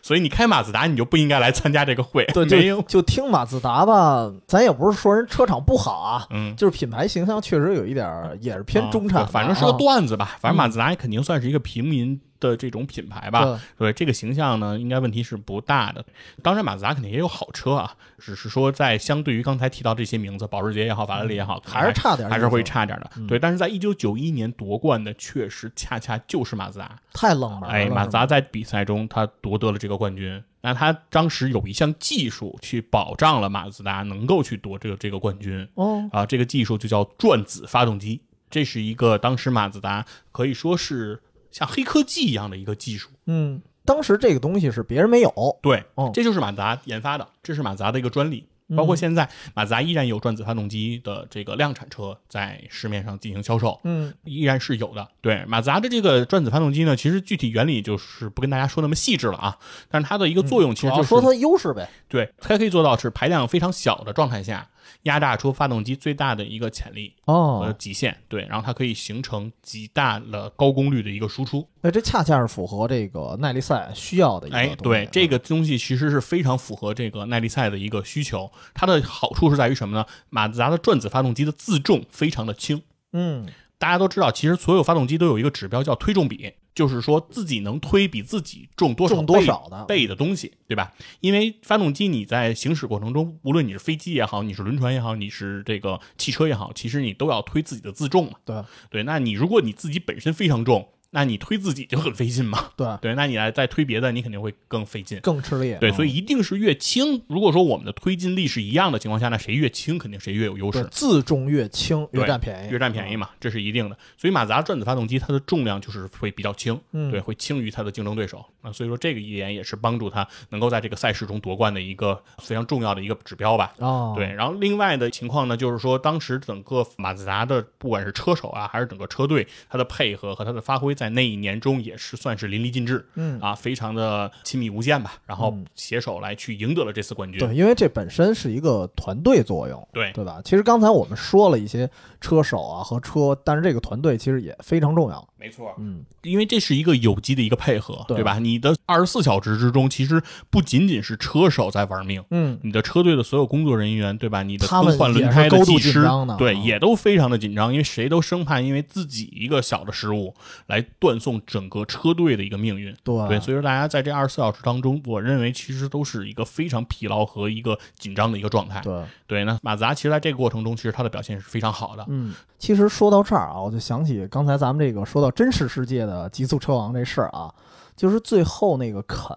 S1: 所以你开马自达，你就不应该来参加这个会。
S2: 对，
S1: 没
S2: 就嗯
S1: 有，
S2: 就听马自达吧，咱也不是说人车厂不好啊，
S1: 嗯，
S2: 就是品牌形象确实有一点儿，也是偏中产
S1: 啊
S2: 吧，
S1: 对反正是个
S2: 啊
S1: 段子吧。反正马自达肯定算是一个平民的这种品牌吧。
S2: 对
S1: 对这个形象呢，应该问题是不大的。当然，马自达肯定也有好车啊，只是说在相对于刚才提到这些名字，保时捷也好，法拉利也好，可能
S2: 嗯还是差
S1: 哎
S2: 点儿意思，嗯
S1: 还是会差点的。对，但是在一九九一年夺冠的，确实恰恰就是马自达。
S2: 太冷门了。
S1: 哎，马
S2: 是
S1: 自
S2: 吧
S1: 达在比赛中他夺得了这个冠军。那、那他当时有一项技术去保障了马自达能够去夺这个这个冠军
S2: 哦，
S1: 啊，这个技术就叫转子发动机，这是一个当时马自达可以说是像黑科技一样的一个技术。
S2: 嗯，当时这个东西是别人没有，
S1: 对，
S2: 哦嗯
S1: 这就是马自达研发的，这是马自达的一个专利。包括现在，马自达依然有转子发动机的这个量产车在市面上进行销售，
S2: 嗯
S1: 依然是有的。对马自达的这个转子发动机呢，其实具体原理就是不跟大家说那么细致了啊，但是它的一个作用其
S2: 嗯
S1: 实就
S2: 主要
S1: 是、
S2: 说它优势呗，
S1: 对它可以做到是排量非常小的状态下，压榨出发动机最大的一个潜力和
S2: 哦，
S1: 极限。对，然后它可以形成极大的高功率的一个输出。
S2: 那这恰恰是符合这个耐力赛需要的一个
S1: 哎，
S2: 东西啊
S1: 对，这个东西其实是非常符合这个耐力赛的一个需求。它的好处是在于什么呢？马自达的转子发动机的自重非常的轻。
S2: 嗯
S1: 大家都知道，其实所有发动机都有一个指标叫推重比，就是说自己能推比自己重多少
S2: 重多
S1: 倍
S2: 少啊的
S1: 倍的东西，对吧？因为发动机你在行驶过程中，无论你是飞机也好，你是轮船也好，你是这个汽车也好，其实你都要推自己的自重嘛。
S2: 对
S1: 对，那你如果你自己本身非常重，那你推自己就很费劲嘛。
S2: 对
S1: 对，那你来再推别的，你肯定会更费劲。
S2: 更吃力，
S1: 对，
S2: 嗯
S1: 所以一定是越轻。如果说我们的推进力是一样的情况下，那谁越轻，肯定谁越有优
S2: 对
S1: 势，
S2: 自重越轻越
S1: 对
S2: 占便宜，
S1: 越占便宜嘛，这是一定的。所以马自达转子发动机它的重量就是会比较轻，
S2: 嗯
S1: 对，会轻于它的竞争对手啊。所以说这个一点也是帮助它能够在这个赛事中夺冠的一个非常重要的一个指标吧。
S2: 哦，
S1: 对，然后另外的情况呢，就是说当时整个马自达的不管是车手啊，还是整个车队，他的配合和他的发挥，在那一年中也是算是淋漓尽致，
S2: 嗯
S1: 啊，非常的亲密无间吧。然后携手来去赢得了这次冠军。
S2: 对，因为这本身是一个团队作用，
S1: 对
S2: 对吧？其实刚才我们说了一些车手啊和车，但是这个团队其实也非常重要。
S1: 没错，
S2: 嗯，
S1: 因为这是一个有机的一个配合，
S2: 对
S1: 对吧？你的二十四小时之中，其实不仅仅是车手在玩命。
S2: 嗯，
S1: 你的车队的所有工作人员，对吧？你的
S2: 他们
S1: 更换
S2: 也
S1: 轮
S2: 是
S1: 胎
S2: 高度
S1: 技
S2: 紧
S1: 师
S2: 张的，
S1: 对，
S2: 啊
S1: 也都非常的紧张，因为谁都生怕因为自己一个小的失误来断送整个车队的一个命运。
S2: 对
S1: 对，所以说大家在这二十四小时当中，我认为其实都是一个非常疲劳和一个紧张的一个状态。
S2: 对，
S1: 对，那马自达其实在这个过程中，其实他的表现是非常 好的。
S2: 嗯，其实说到这儿啊，我就想起刚才咱们这个说到真实世界的极速车王这事儿啊，就是最后那个肯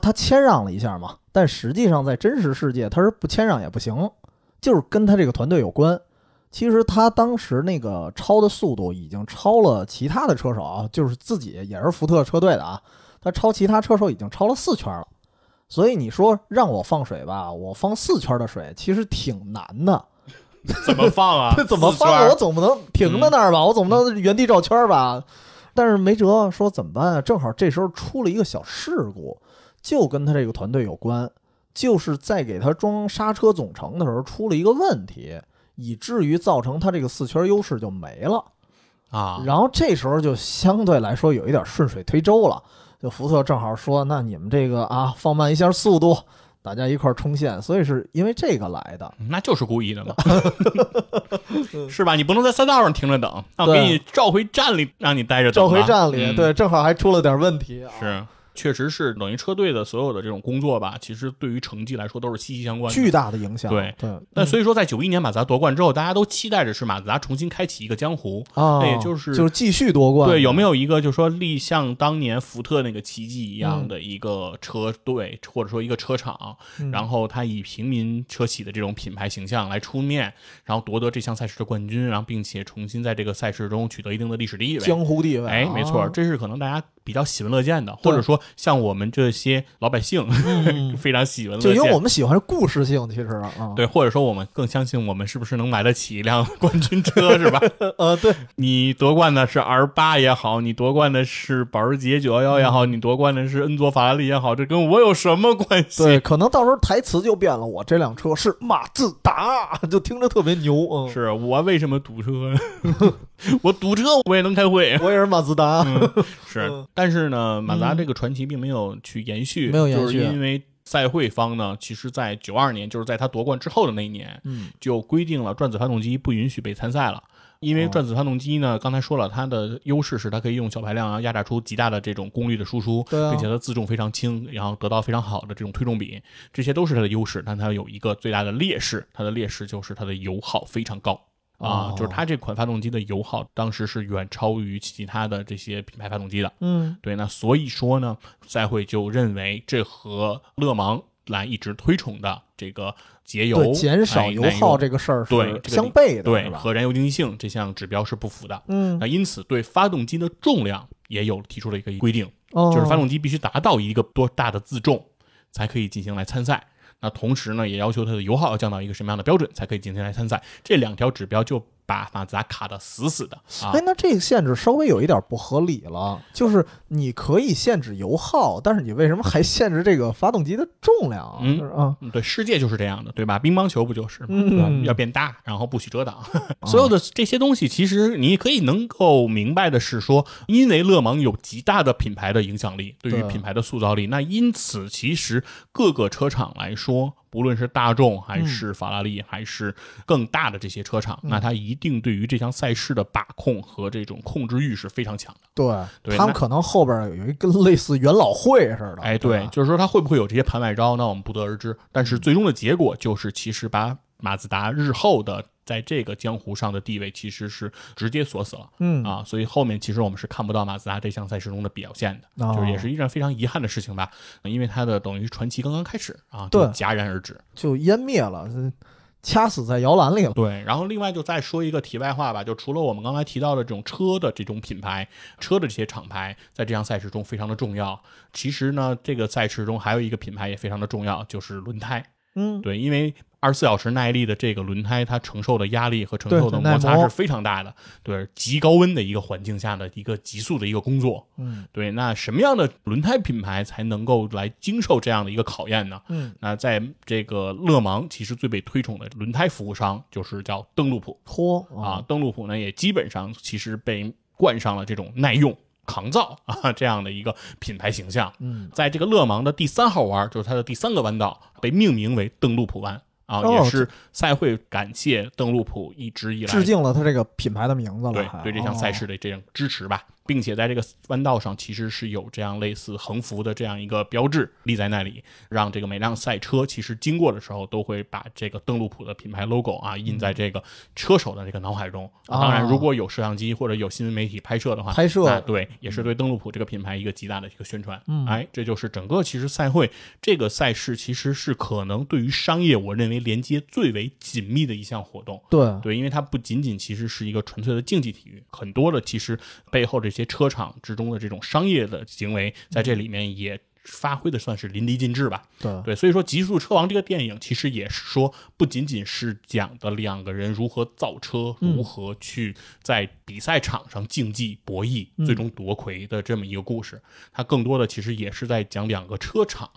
S2: 他谦让了一下嘛，但实际上在真实世界他是不谦让也不行，就是跟他这个团队有关。其实他当时那个超的速度已经超了其他的车手啊，就是自己也是福特车队的啊，他超其他车手已经超了四圈了。所以你说让我放水吧，我放四圈的水其实挺难的。？
S1: 怎么放啊
S2: 怎么
S1: 四圈
S2: 放？
S1: 儿
S2: 我总不能停在那儿吧？我总不能原地绕圈儿吧？但是没辙，说怎么办啊？正好这时候出了一个小事故，就跟他这个团队有关，就是在给他装刹车总成的时候出了一个问题，以至于造成他这个四圈优势就没了。
S1: 啊？
S2: 然后这时候就相对来说有一点顺水推舟了，就福特正好说，那你们这个啊放慢一下速度，大家一块儿冲线，所以是因为这个来的。
S1: 那就是故意的 嘛，是吧？你不能在赛道上停着等，那我
S2: 对
S1: 给你召回站里，让你待着等
S2: 召
S1: 吧
S2: 回站里，
S1: 嗯
S2: 对，正好还出了点问题啊。
S1: 是。确实是等于车队的所有的这种工作吧，其实对于成绩来说都是息息相关的。
S2: 巨大的影响。
S1: 对
S2: 对，
S1: 那所以说，在九一年马自达夺冠之后，大家都期待着是马自达重新开启一个江湖。
S2: 啊，
S1: 对就是
S2: 就是继续夺冠。
S1: 对，有没
S2: 有？
S1: 有一个就说立像当年福特那个奇迹一样的一个车队，或者说一个车厂，
S2: 嗯
S1: 然后他以平民车企的这种品牌形象来出面，然后夺得这项赛事的冠军，然后并且重新在这个赛事中取得一定的历史地位。
S2: 江湖地位？
S1: 哎，没错，
S2: 啊
S1: 这是可能大家比较喜闻乐见的，
S2: 对
S1: 或者说像我们这些老百姓
S2: 嗯
S1: 非常喜闻乐
S2: 就
S1: 见。
S2: 因为我们喜欢故事性，其实啊，，
S1: 对，或者说我们更相信我们是不是能买得起一辆 冠军车，是吧？
S2: 呃，对，
S1: 你夺冠的是 R 八也好，你夺冠的是保时捷911也好，
S2: 嗯
S1: 你夺冠的是恩佐法拉利也好，这跟我有什么关系？
S2: 对，可能到时候台词就变了，我这辆车是马自达，就听着特别牛，嗯，
S1: 是我为什么堵车？ 我堵车我也能开会。
S2: 我也是马自达，
S1: 是
S2: 嗯，
S1: 但是呢，马自达这个传奇并没有去延续，
S2: 没有延续
S1: 就是因为赛会方呢，其实在九二年，就是在他夺冠之后的那一年，
S2: 嗯，
S1: 就规定了转子发动机不允许被参赛了。因为
S2: 哦
S1: 转子发动机呢，刚才说了，它的优势是它可以用小排量啊压榨出极大的这种功率的输出，
S2: 对啊
S1: 并且它自重非常轻，然后得到非常好的这种推重比，这些都是它的优势。但它有一个最大的劣势，它的劣势就是它的油耗非常高。啊
S2: 哦，
S1: 就是它这款发动机的油耗当时是远超于其他的这些品牌发动机的。
S2: 嗯
S1: 对，那所以说呢，赛会就认为这和勒芒来一直推崇的这个节油、
S2: 对，减少
S1: 哎
S2: 油
S1: 耐
S2: 耗这个事儿
S1: 对
S2: 是
S1: 这个
S2: 相悖的，
S1: 对
S2: 是吧？
S1: 和燃油经济性这项指标是不符的。
S2: 嗯，
S1: 那因此，对发动机的重量也有提出了一个规定，
S2: 就
S1: 就是发动机必须达到一个多大的自重，才可以进行来参赛。那同时呢，也要求它的油耗要降到一个什么样的标准，才可以进行来参赛。这两条指标就把马自达卡得死死的啊
S2: 哎，！那这个限制稍微有一点不合理了，就是你可以限制油耗，但是你为什么还限制这个发动机的重量啊？
S1: 嗯
S2: 就是啊，
S1: 嗯对，世界就是这样的，对吧？乒乓球不就是吗？
S2: 嗯
S1: 对吧要变大，然后不许遮 挡。所有的这些东西，其实你可以能够明白的是说，因为勒芒有极大的品牌的影响力，对于
S2: 对
S1: 品牌的塑造力，那因此其实各个车厂来说。不论是大众还
S2: 嗯
S1: 是法拉利，还是更大的这些车厂，那它一定对于这项赛事的把控和这种控制欲是非常强的。
S2: 对，
S1: 对
S2: 他们
S1: 那
S2: 可能后边有一个 类似元老会似的，
S1: 哎，
S2: 对
S1: 对
S2: 吧，嗯
S1: 就是说它会不会有这些盘外招，那我们不得而知。但是最终的结果就是，其实把马自达日后的在这个江湖上的地位其实是直接锁死了。
S2: 嗯
S1: 啊，所以后面其实我们是看不到马自达这项赛事中的表现的，
S2: 哦
S1: 就是也是一件非常遗憾的事情吧，因为它的等于传奇刚刚开始啊，就
S2: 对
S1: 戛然而止。
S2: 就湮灭了，呃掐死在摇篮里了。
S1: 对，然后另外就再说一个题外话吧，就除了我们刚才提到的这种车的这种品牌、车的这些厂牌，在这项赛事中非常的重要。其实呢，这个赛事中还有一个品牌也非常的重要，就是轮胎。
S2: 嗯，
S1: 对，因为二十四小时耐力的这个轮胎，它承受的压力和承
S2: 对
S1: 受的
S2: 耐
S1: 摩擦
S2: 磨
S1: 是非常大的。对，极高温的一个环境下的一个急速的一个工作。
S2: 嗯
S1: 对，那什么样的轮胎品牌才能够来经受这样的一个考验呢？
S2: 嗯，
S1: 那在这个勒芒，其实最被推崇的轮胎服务商就是叫邓禄普
S2: 拖
S1: 啊，，邓禄普呢也基本上其实被冠上了这种耐用、抗造 啊这样的一个品牌形象。
S2: 嗯，
S1: 在这个勒芒的第三号弯，就是它的第三个弯道，被命名为邓禄普弯啊，
S2: 哦
S1: 也是赛会感谢邓禄普一直以来
S2: 致敬了他这个品牌的名字了，哦
S1: 对
S2: 还啊
S1: 对这项赛事的这种支持吧，并且在这个弯道上其实是有这样类似横幅的这样一个标志立在那里，让这个每辆赛车其实经过的时候都会把这个邓禄普的品牌 logo 啊印在这个车手的这个脑海中。啊
S2: 嗯哦
S1: 当然，如果有摄像机或者有新闻媒体拍摄的话，
S2: 拍摄
S1: 那对也是对邓禄普这个品牌一个极大的一个宣传。
S2: 嗯
S1: 哎，这就是整个其实赛会这个赛事其实是可能对于商业我认为连接最为紧密的一项活动。
S2: 对
S1: 对，因为它不仅仅其实是一个纯粹的竞技体育，很多的其实背后这些车厂之中的这种商业的行为，在这里面也发挥的算是淋漓尽致吧。
S2: 对
S1: 对，所以说《极速车王》这个电影其实也是说，不仅仅是讲的两个人如何造车，如何去在比赛场上竞技博弈，最终夺魁的这么一个故事。它更多的其实也是在讲两个车厂。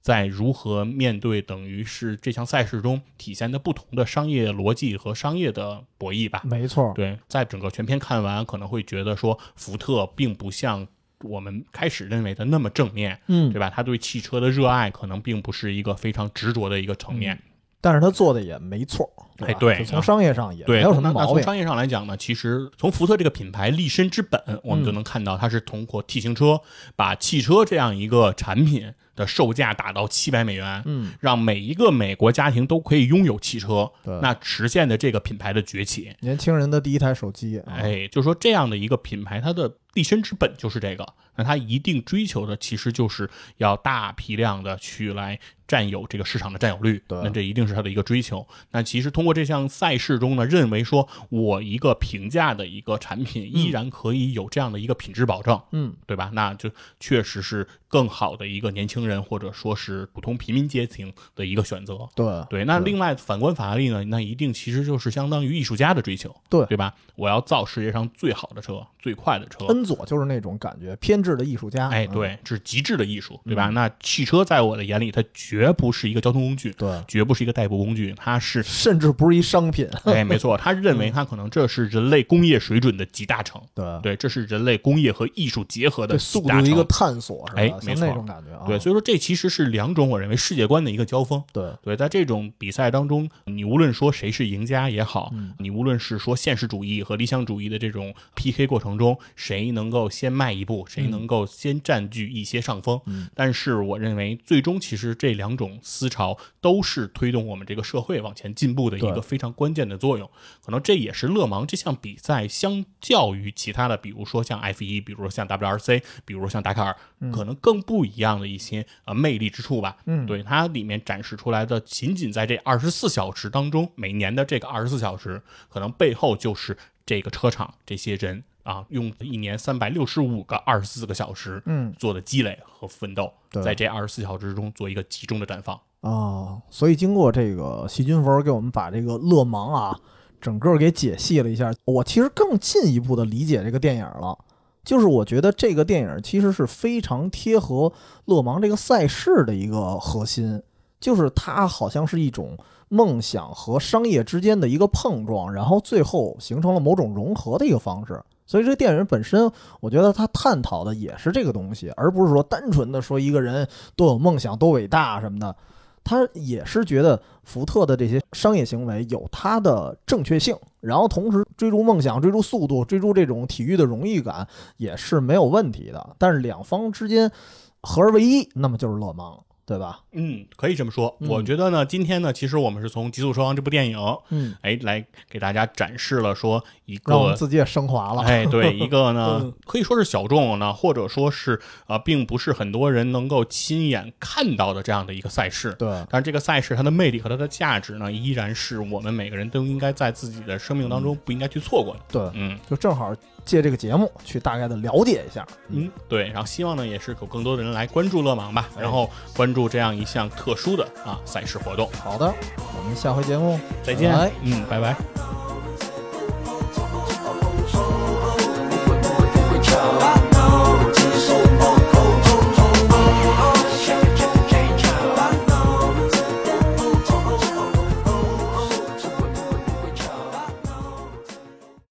S1: 在如何面对等于是这项赛事中体现的不同的商业逻辑和商业的博弈吧？
S2: 没错，
S1: 对，在整个全片看完，可能会觉得说福特并不像我们开始认为的那么正面，
S2: 嗯
S1: 对吧？他对汽车的热爱可能并不是一个非常执着的一个层面。
S2: 但是他做的也没错，
S1: 哎
S2: 吧
S1: 对
S2: 就从
S1: 啊
S2: 商业上也没
S1: 对，
S2: 有什么
S1: 那那
S2: 毛
S1: 从
S2: 病，
S1: 商业上来讲呢，其实从福特这个品牌立身之本，我
S2: 嗯
S1: 们就能看到它是通过 T 型车把汽车这样一个产品的售价打到七百美元，
S2: 嗯，
S1: 让每一个美国家庭都可以拥有汽车
S2: 对，
S1: 那实现的这个品牌的崛起。
S2: 年轻人的第一台手机，啊
S1: 哎，就说这样的一个品牌，它的立身之本就是这个。那它一定追求的其实就是要大批量的去来占有这个市场的占有率，
S2: 对
S1: 那这一定是它的一个追求。那其实通过这项赛事中呢，认为说我一个平价的一个产品依然可以有这样的一个品质保证，
S2: 嗯，
S1: 对吧？那就确实是更好的一个年轻人或者说是普通平民阶层的一个选择。
S2: 对
S1: 对，那另外反观法拉利呢，那一定其实就是相当于艺术家的追求，
S2: 对
S1: 对吧？我要造世界上最好的车，最快的车。
S2: 恩佐就是那种感觉，偏执的艺术家，
S1: 哎，
S2: 嗯
S1: 对，这是极致的艺术，对吧？那汽车在我的眼里，它绝不是一个交通工具，
S2: 对，
S1: 绝不是一个代步工具，它 是，
S2: 甚至不是一商品，
S1: 哎，没错，他认
S2: 嗯
S1: 为它可能这是人类工业水准的集大成，
S2: 对，
S1: 对，这是人类工业和艺术结合的
S2: 啊对
S1: 集
S2: 速度
S1: 大
S2: 的一个
S1: 成。
S2: 探索是吧？
S1: 哎
S2: 像
S1: 没错
S2: 那种感觉啊，
S1: 对，所以说这其实是两种我认为世界观的一个交锋。
S2: 对
S1: 对，在这种比赛当中，你无论说谁是赢家也好，你无论是说现实主义和理想主义的这种 PK 过程中，谁能够先迈一步，谁能够先占据一些上风。
S3: 嗯
S1: 但是我认为，最终其实这两种思潮都是推动我们这个社会往前进步的一个
S2: 对
S1: 非常关键的作用。可能这也是勒芒这项比赛相较于其他的，比如说像 F 一，比如说像 WRC，比如说像达喀尔，可能更不一样的一些呃魅力之处吧。
S3: 嗯
S1: 对它里面展示出来的，仅仅在这二十四小时当中，每年的这个二十四小时，可能背后就是这个车厂这些人啊，用一年三百六十五个二十四个小时，
S3: 嗯，
S1: 做的积累和奋斗，
S2: 对
S1: 在这二十四小时中做一个集中的绽放。
S3: 哦，
S2: 啊所以经过这个细菌佛给我们把这个勒芒啊整个给解析了一下，我其实更进一步的理解这个电影了。就是我觉得这个电影其实是非常贴合勒芒这个赛事的一个核心，就是它好像是一种梦想和商业之间的一个碰撞，然后最后形成了某种融合的一个方式。所以这个电影本身，我觉得它探讨的也是这个东西，而不是说单纯的说一个人多有梦想、多伟大什么的。他也是觉得福特的这些商业行为有它的正确性，然后同时追逐梦想、追逐速度、追逐这种体育的荣誉感也是没有问题的。但是两方之间合而为一，那么就是勒芒，对吧？
S1: 嗯，可以这么说。
S2: 嗯
S1: 我觉得呢，今天呢，其实我们是从《极速车王》这部电影，
S2: 嗯，
S1: 哎，来给大家展示了说一
S2: 让我们
S1: 个。
S2: 自己也升华了。
S1: 哎，对，一个呢
S2: 嗯，
S1: 可以说是小众呢，或者说是啊、呃并不是很多人能够亲眼看到的这样的一个赛事。
S2: 对，
S1: 但是这个赛事它的魅力和它的价值呢，依然是我们每个人都应该在自己的生命当
S2: 嗯
S1: 中不应该去错过的。
S2: 对，
S1: 嗯
S2: 就正好借这个节目去大概的了解一下。
S1: 嗯，对。然后希望呢，也是有更多的人来关注勒芒吧，然后关注这样一项特殊的啊赛事活动。
S2: 好的，我们下回节目
S1: 再见
S2: 拜拜，
S1: 嗯，拜拜。
S4: 啊